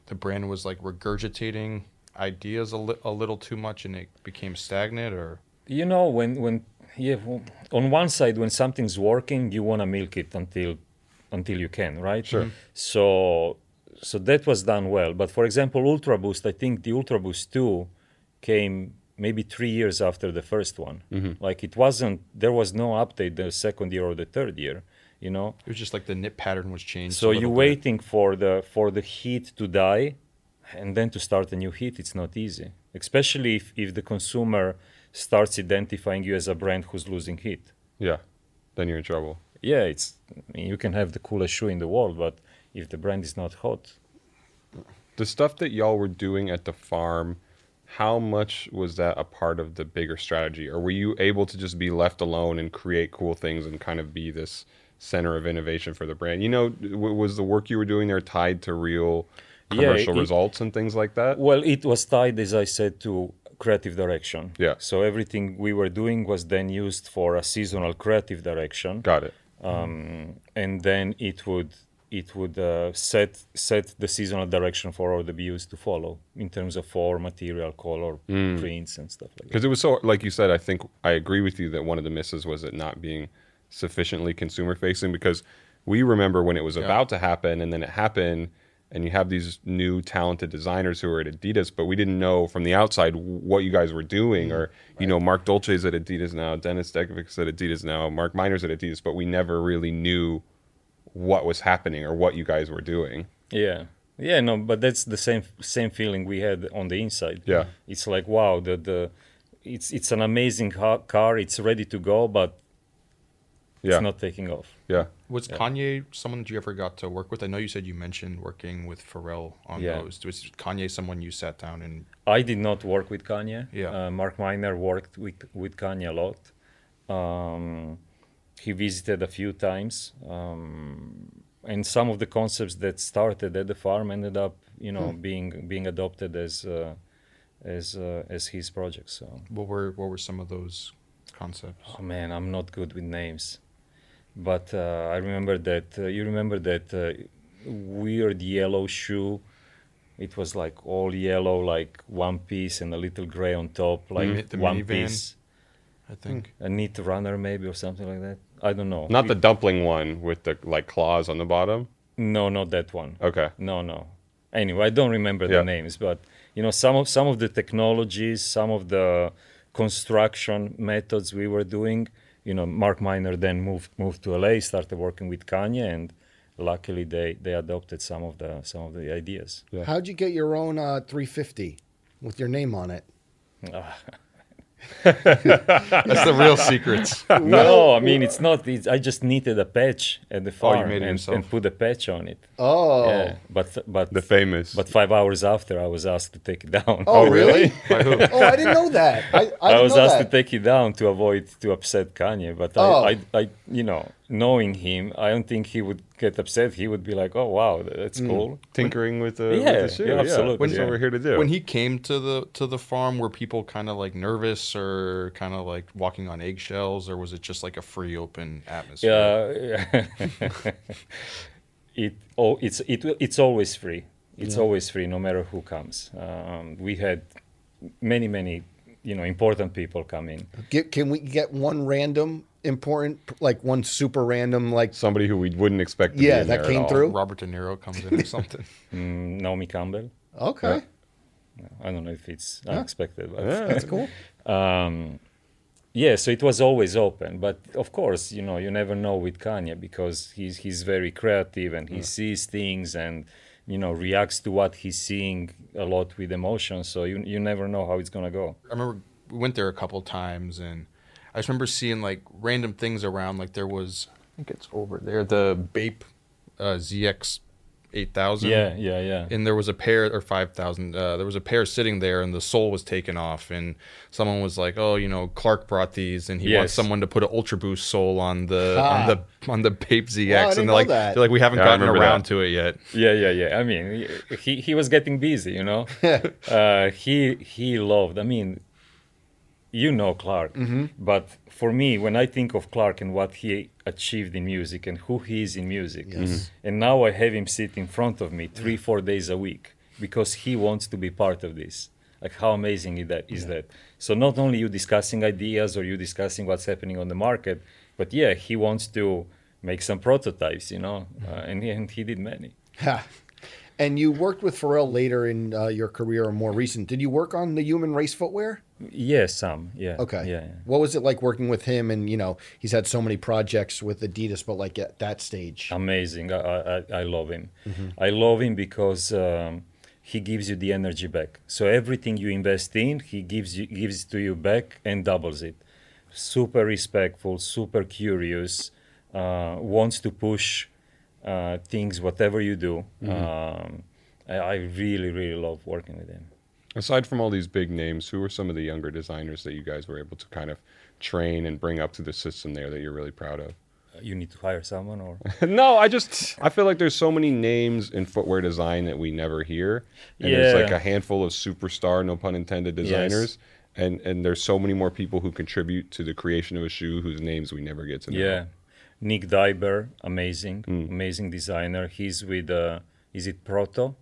Speaker 2: the brand was like regurgitating ideas a, li- a little too much, and it became stagnant, or
Speaker 4: you know when when yeah w- on one side when something's working you want to milk it until until you can right sure so so that was done well but for example ultra boost i think the ultra boost 2 came maybe three years after the first one like it wasn't there was no update the second year or the third year you know
Speaker 2: it was just like the knit pattern was changed? a
Speaker 4: so
Speaker 2: little
Speaker 4: you're
Speaker 2: bit?
Speaker 4: waiting for the for the heat to die, and then to start a new heat. It's not easy, especially if, if the consumer starts identifying you as a brand who's losing heat.
Speaker 3: Yeah. Then you're in trouble.
Speaker 4: Yeah, it's I mean, you can have the coolest shoe in the world, but if the brand is not hot,
Speaker 3: The stuff that y'all were doing at the farm, how much was that a part of the bigger strategy? Or were you able to just be left alone and create cool things and kind of be this center of innovation for the brand? You know, w- was the work you were doing there tied to real
Speaker 4: Yeah,
Speaker 3: commercial
Speaker 4: it-
Speaker 3: results and things like that?
Speaker 4: well, it was tied, as I said, to creative direction.
Speaker 3: Yeah.
Speaker 4: So everything we were doing was then used for a seasonal creative direction.
Speaker 3: Got it.
Speaker 4: and then it would it would uh, set set the seasonal direction for all the BUs to follow in terms of form, material, color,
Speaker 3: Mm.
Speaker 4: prints, and stuff like that.
Speaker 3: Because it was so, like you said, I think I agree with you that one of the misses was it not being sufficiently consumer facing because we remember when it was about to happen and then it happened and you have these new talented designers who are at Adidas, but we didn't know from the outside what you guys were doing
Speaker 4: Mm-hmm.
Speaker 3: or, you know, Mark Dolce's at Adidas now, Dennis Dekovic's at Adidas now, Mark Miner's at Adidas, but we never really knew what was happening or what you guys were doing.
Speaker 4: Yeah, yeah, no, but that's the same same feeling we had on the inside.
Speaker 3: Yeah.
Speaker 4: it's like wow, the the it's it's an amazing ha- car, it's ready to go, but
Speaker 3: Yeah.
Speaker 4: it's not taking off.
Speaker 3: yeah.
Speaker 2: Was Kanye someone that you ever got to work with? I know you said you mentioned working with Pharrell on
Speaker 4: Yeah.
Speaker 2: those. Was Kanye someone you sat down and
Speaker 4: I did not work with Kanye.
Speaker 2: Yeah.
Speaker 4: Uh, Mark Miner worked with, with Kanye a lot. Um, he visited a few times. Um, and some of the concepts that started at the farm ended up, you know, being being adopted as uh, as uh, as his project. So,
Speaker 2: what were what were some of those concepts?
Speaker 4: oh man, I'm not good with names, but uh, I remember that uh, you remember that uh, weird yellow shoe. It was like all yellow, like one piece, and a little gray on top, like
Speaker 2: mi- Mm, the
Speaker 4: one
Speaker 2: minivan?
Speaker 4: piece.
Speaker 2: I think
Speaker 4: A neat runner, maybe, or something like that. I don't know.
Speaker 3: Not the dumpling one with the like claws on the bottom.
Speaker 4: no, not that one.
Speaker 3: Okay.
Speaker 4: No, no. Anyway, I don't remember
Speaker 3: Yeah.
Speaker 4: the names, but you know, some of some of the technologies, some of the construction methods we were doing. You know, Mark Miner then moved moved to LA, started working with Kanye, and luckily they they adopted some of the some of the ideas.
Speaker 1: How'd you get your own uh, 350 with your name on it?
Speaker 2: that's the real secrets.
Speaker 4: No, I mean it's not. It's, I just needed a patch at the farm
Speaker 2: made it
Speaker 4: and,
Speaker 2: yourself.
Speaker 4: and put a patch on it.
Speaker 1: Oh,
Speaker 4: Yeah, but but
Speaker 3: The famous.
Speaker 4: but five hours after, I was asked to take it down.
Speaker 1: oh, really?
Speaker 2: By who?
Speaker 1: oh, I didn't know that. I, I, didn't
Speaker 4: I, was
Speaker 1: know
Speaker 4: asked
Speaker 1: that.
Speaker 4: to take it down to avoid to upset Kanye, but
Speaker 1: Oh.
Speaker 4: I, I, I, you know, knowing him, I don't think he would get upset. He would be like, "Oh wow, tha- that's
Speaker 1: Mm.
Speaker 4: cool."
Speaker 3: tinkering with the, with
Speaker 4: Yeah,
Speaker 3: the shoe.
Speaker 4: yeah, absolutely.
Speaker 3: That's what
Speaker 4: Yeah.
Speaker 3: we're here to do.
Speaker 2: When he came to the to the farm, were people kind of like nervous or kind of like walking on eggshells, or was it just like a free open atmosphere?
Speaker 4: Yeah. it oh, it's it it's always free. It's always free, no matter who comes. Um, we had many many, you know, important people come in.
Speaker 1: Get, can we get one random important, like one super random, like
Speaker 3: Somebody who we wouldn't expect. To
Speaker 1: Yeah,
Speaker 3: be in
Speaker 1: that
Speaker 3: there at
Speaker 1: came
Speaker 3: all.
Speaker 1: through.
Speaker 2: Robert De Niro comes in or something.
Speaker 4: Mm, Naomi Campbell.
Speaker 1: okay,
Speaker 4: I don't know if it's unexpected, but
Speaker 3: Yeah.
Speaker 1: that's cool.
Speaker 4: um, yeah, so it was always open. But of course, you know, you never know with Kanye because he's he's very creative and he sees things and you know reacts to what he's seeing a lot with emotion. So you you never know how it's gonna go.
Speaker 2: I remember we went there a couple times, and I just remember seeing like random things around. Like there was, I think it's over there, the Bape uh, ZX eight thousand.
Speaker 4: Yeah, yeah, yeah.
Speaker 2: and there was a pair or 5000 uh, there was a pair sitting there and the sole was taken off and someone was like oh you know clark brought these and he wants
Speaker 4: Yes.
Speaker 2: someone to put an ultra boost sole on the
Speaker 1: Ah.
Speaker 2: on the on the pape zx
Speaker 1: Wow, I didn't
Speaker 2: and
Speaker 1: know
Speaker 2: they're like
Speaker 1: that.
Speaker 2: they're like we haven't
Speaker 3: Yeah, I
Speaker 2: gotten
Speaker 3: remember
Speaker 2: around
Speaker 3: that.
Speaker 2: to it yet
Speaker 4: Yeah, yeah, yeah. I mean, he he was getting busy, you know. uh, he he loved. I mean, you know Clark, but for me, when I think of Clark and what he achieved in music and who he is in music, and now I have him sit in front of me three four days a week because he wants to be part of this. Like how amazing is that? Is that? So not only you discussing ideas or you discussing what's happening on the market, but yeah, he wants to make some prototypes, you know, uh, and he, and he did many.
Speaker 1: Ha. And you worked with Pharrell later in uh, your career or more recent. Did you work on the human race footwear?
Speaker 4: Yeah, some. Yeah.
Speaker 1: Okay.
Speaker 4: Yeah. yeah.
Speaker 1: What was it like working with him? And, you know, he's had so many projects with Adidas, but like at that stage.
Speaker 4: Amazing. I, I, I- I love him. I love him because um, he gives you the energy back. So everything you invest in, he gives you gives to you back and doubles it. Super respectful, super curious, uh, wants to push uh, things, whatever you do. Um, I, I really, really love working with him.
Speaker 3: Aside from all these big names, who are some of the younger designers that you guys were able to kind of train and bring up to the system there that you're really proud of?
Speaker 4: You need to hire someone, or
Speaker 3: no, I just I feel like there's so many names in footwear design that we never hear, and there's like
Speaker 4: Yeah.
Speaker 3: a handful of superstar, no pun intended, designers, and and there's so many more people who contribute to the creation of a shoe whose names we never get to know.
Speaker 4: Yeah, Nick Diber, amazing,
Speaker 3: Mm.
Speaker 4: amazing designer. He's with uh, is it Proto,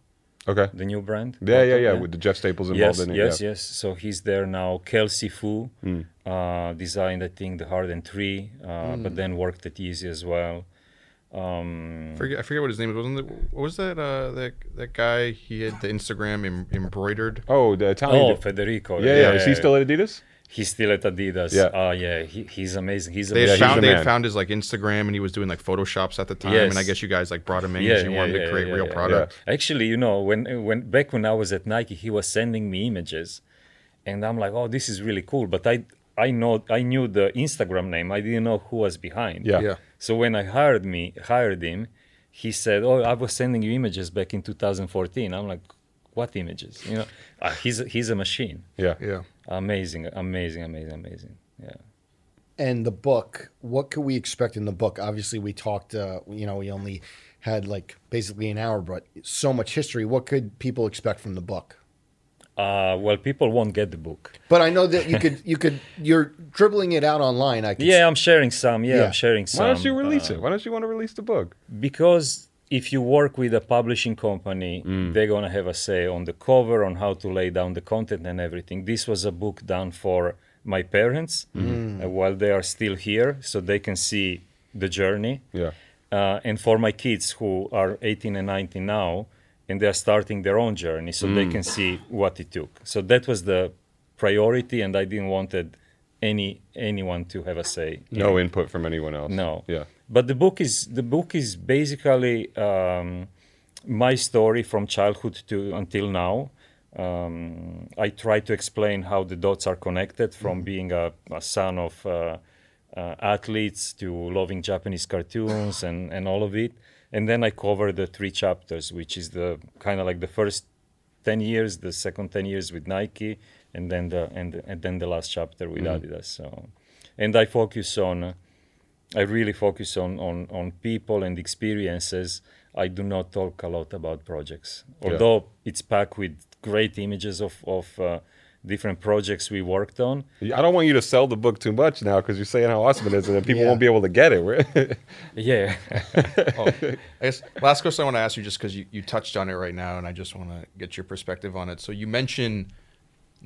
Speaker 3: Okay.
Speaker 4: the new brand?
Speaker 3: Yeah, yeah,
Speaker 4: Proto?
Speaker 3: yeah. With the Jeff Staples involved
Speaker 4: Yes,
Speaker 3: in it.
Speaker 4: yes,
Speaker 3: yeah. Mm.
Speaker 4: yes. So he's there now. Kelsey Fu uh, designed, I think, the Harden Three, uh, but then worked at Easy as well.
Speaker 2: forget, i forget what his name was wasn't it, what was that uh that that guy he had the instagram em- embroidered
Speaker 3: Oh, the
Speaker 4: Oh,
Speaker 3: Italian.
Speaker 4: Federico.
Speaker 3: yeah, yeah, Is he still at Adidas?
Speaker 4: He's still at Adidas.
Speaker 3: Yeah.
Speaker 4: Oh, yeah. He, he's amazing. He's
Speaker 2: they had,
Speaker 4: amazing.
Speaker 3: he's the
Speaker 2: found, they had
Speaker 3: man.
Speaker 2: found his like instagram and he was doing like photoshops at the time
Speaker 4: Yes.
Speaker 2: and i guess you guys like brought him in
Speaker 4: Yeah,
Speaker 2: because you
Speaker 4: yeah,
Speaker 2: wanted
Speaker 4: yeah,
Speaker 2: to create
Speaker 4: yeah,
Speaker 2: real
Speaker 4: yeah.
Speaker 2: product
Speaker 4: Actually, you know, when when back when I was at Nike, he was sending me images, and I'm like, oh, this is really cool. But I I know I knew the Instagram name. I didn't know who was behind.
Speaker 3: Yeah.
Speaker 2: Yeah.
Speaker 4: So when I hired me hired him, he said, oh, I was sending you images back in 2014. I'm like, what images? You know, uh, he's he's a machine.
Speaker 3: Yeah.
Speaker 2: yeah
Speaker 4: Amazing, amazing, amazing, amazing. Yeah.
Speaker 1: and the book what could we expect in the book obviously we talked uh, you know we only had like basically an hour but so much history what could people expect from the book
Speaker 4: Uh, well, people won't get the book.
Speaker 1: but i know that you could you could you're dribbling it out online i could
Speaker 4: Yeah, I'm sharing some. Yeah,
Speaker 1: Yeah.
Speaker 4: I'm sharing some.
Speaker 3: Why don't you
Speaker 4: uh,
Speaker 3: release it? Why don't you want to release the book?
Speaker 4: because if you work with a publishing company, they're gonna have a say on the cover, on how to lay down the content and everything. This was a book done for my parents uh, while they are still here, so they can see the journey.
Speaker 3: Yeah.
Speaker 4: Uh, and for my kids who are 18 and 19 now, and they are starting their own journey, so they can see what it took. So that was the priority, and I didn't wanted any anyone to have a say. in
Speaker 3: No input from anyone else.
Speaker 4: no.
Speaker 3: Yeah.
Speaker 4: But the book is the book is basically um, my story from childhood to until now. Um, I try to explain how the dots are connected from being a, a son of uh, uh, athletes to loving Japanese cartoons and, and all of it. And then I cover the three chapters, which is the kind of like the first 10 years, the second 10 years with Nike, and then the and, and then the last chapter with Adidas. So, and I focus on uh, I really focus on, on, on people and experiences. I do not talk a lot about projects,
Speaker 3: Yeah.
Speaker 4: although it's packed with great images of, of uh, different projects we worked on.
Speaker 3: I don't want you to sell the book too much now because you're saying how awesome it is, and then people
Speaker 1: Yeah.
Speaker 3: won't be able to get it.
Speaker 4: Yeah.
Speaker 2: oh, I guess last question I want to ask you, just because you, you touched on it right now, and I just want to get your perspective on it. So you mentioned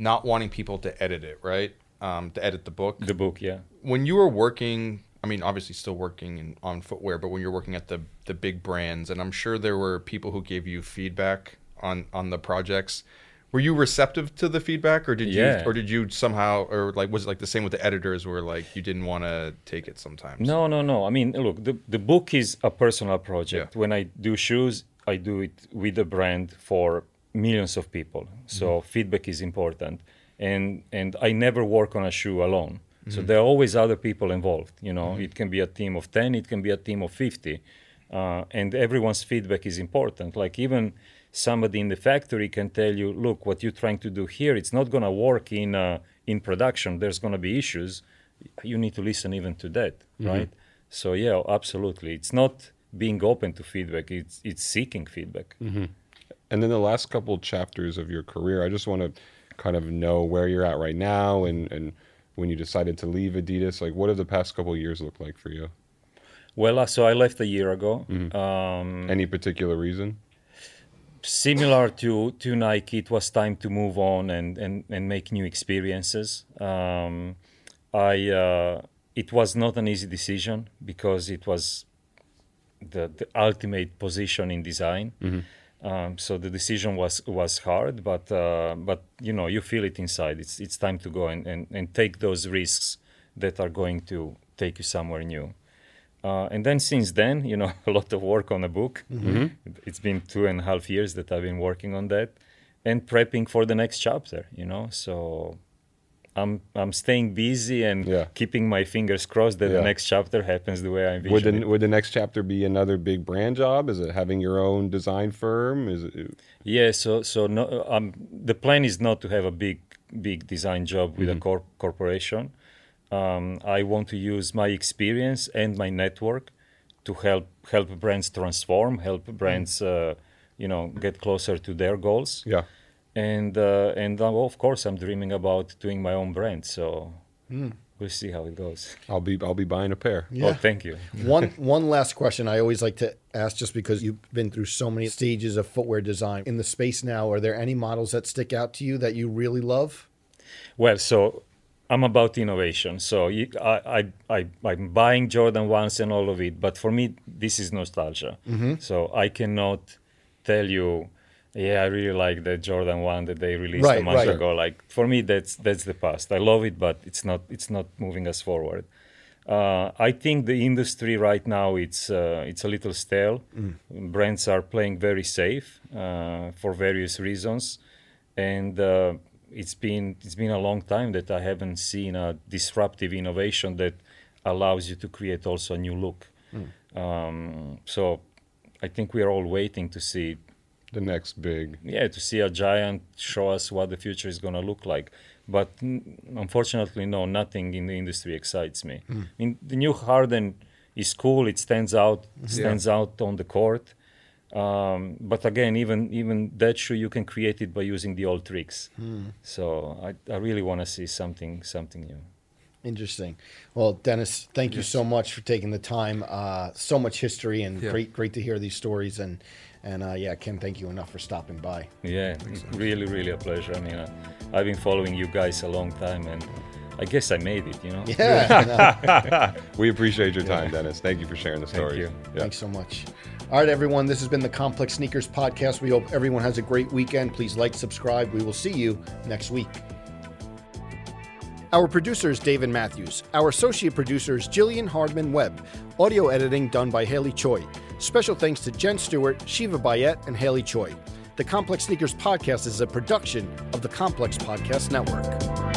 Speaker 2: not wanting people to edit it, right? Um, to edit the book.
Speaker 4: the book, yeah.
Speaker 2: when you were working, I mean, obviously still working in, on footwear, but when you're working at the the big brands, and I'm sure there were people who gave you feedback on on the projects. Were you receptive to the feedback, or did
Speaker 4: Yeah.
Speaker 2: you, or did you somehow, or like was it like the same with the editors, where like you didn't want to take it sometimes?
Speaker 4: No, no, no. I mean, look, the, the book is a personal project.
Speaker 2: Yeah.
Speaker 4: When I do shoes, I do it with a brand for millions of people. So feedback is important. And and I never work on a shoe alone. So there are always other people involved. You know, it can be a team of ten, it can be a team of fifty. uh, and everyone's feedback is important like even somebody in the factory can tell you look what you're trying to do here it's not going to work in uh, in production there's going to be issues you need to listen even to that right so yeah absolutely it's not being open to feedback it's it's seeking feedback
Speaker 3: And then the last couple chapters of your career, I just want to kind of know where you're at right now and, and when you decided to leave Adidas. Like, what have the past couple years looked like for you?
Speaker 4: well uh, so i left a year ago um,
Speaker 3: Any particular reason?
Speaker 4: similar to to Nike, it was time to move on and and and make new experiences. Um, I uh, it was not an easy decision because it was the, the ultimate position in design.
Speaker 3: Mm-hmm.
Speaker 4: Um, so the decision was was hard, but uh, but you know you feel it inside. It's it's time to go and, and, and take those risks that are going to take you somewhere new. Uh, and then since then, you know, a lot of work on a book.
Speaker 3: Mm-hmm.
Speaker 4: It's been two and a half years that I've been working on that and prepping for the next chapter, you know. So I'm I'm staying busy and
Speaker 3: Yeah.
Speaker 4: keeping my fingers crossed that the
Speaker 3: Yeah.
Speaker 4: next chapter happens the way I
Speaker 3: Would
Speaker 4: envision
Speaker 3: the,
Speaker 4: it.
Speaker 3: would the next chapter be another big brand job? Is it having your own design firm? Is it,
Speaker 4: Yeah, so so no, um, the plan is not to have a big big design job with a corp- corporation. Um, I want to use my experience and my network to help help brands transform, help brands uh, you know get closer to their goals.
Speaker 3: yeah.
Speaker 4: And uh, and uh, of course, I'm dreaming about doing my own brand. So we'll see how it goes.
Speaker 3: I'll be I'll be buying a pair.
Speaker 4: Oh, thank you.
Speaker 1: one one last question I always like to ask just because you've been through so many stages of footwear design in the space now are there any models that stick out to you that you really love
Speaker 4: Well, so I'm about innovation. So you, I, I, I, I'm buying Jordan ones and all of it, but for me, this is nostalgia.
Speaker 1: Mm-hmm.
Speaker 4: So I cannot tell you, yeah, I really like that Jordan one that they released a
Speaker 1: Right,
Speaker 4: month
Speaker 1: right.
Speaker 4: ago. Like for me, that's that's the past. I love it, but it's not it's not moving us forward. Uh, I think the industry right now it's uh, it's a little stale. Brands are playing very safe uh, for various reasons, and uh, it's been it's been a long time that I haven't seen a disruptive innovation that allows you to create also a new look. Um, so I think we are all waiting to see
Speaker 3: The next big.
Speaker 4: yeah to see a giant show us what the future is going to look like but n- unfortunately no nothing in the industry excites me in the new harden is cool it stands out stands out on the court um, but again even even that shoe you can create it by using the old tricks so i, I really want to see something something new
Speaker 1: interesting well Dennis thank you so much for taking the time uh, so much history and
Speaker 2: Yeah.
Speaker 1: great great to hear these stories and and uh, yeah Ken thank you enough for stopping by
Speaker 4: Yeah, really, really a pleasure. I mean, uh, I've been following you guys a long time, and I guess I made it. You know.
Speaker 1: yeah no,
Speaker 3: We appreciate your time, Dennis. Thank you for sharing the story.
Speaker 4: you.
Speaker 1: Thanks so much. All right, everyone. This has been the Complex Sneakers Podcast. We hope everyone has a great weekend. Please like, subscribe. We will see you next week. Our producer is David Matthews. Our associate producer is Jillian Hardman Webb. Audio editing done by Haley Choi. Special thanks to Jen Stewart, Shiva Bayet, and Haley Choi. The Complex Sneakers Podcast is a production of the Complex Podcast Network.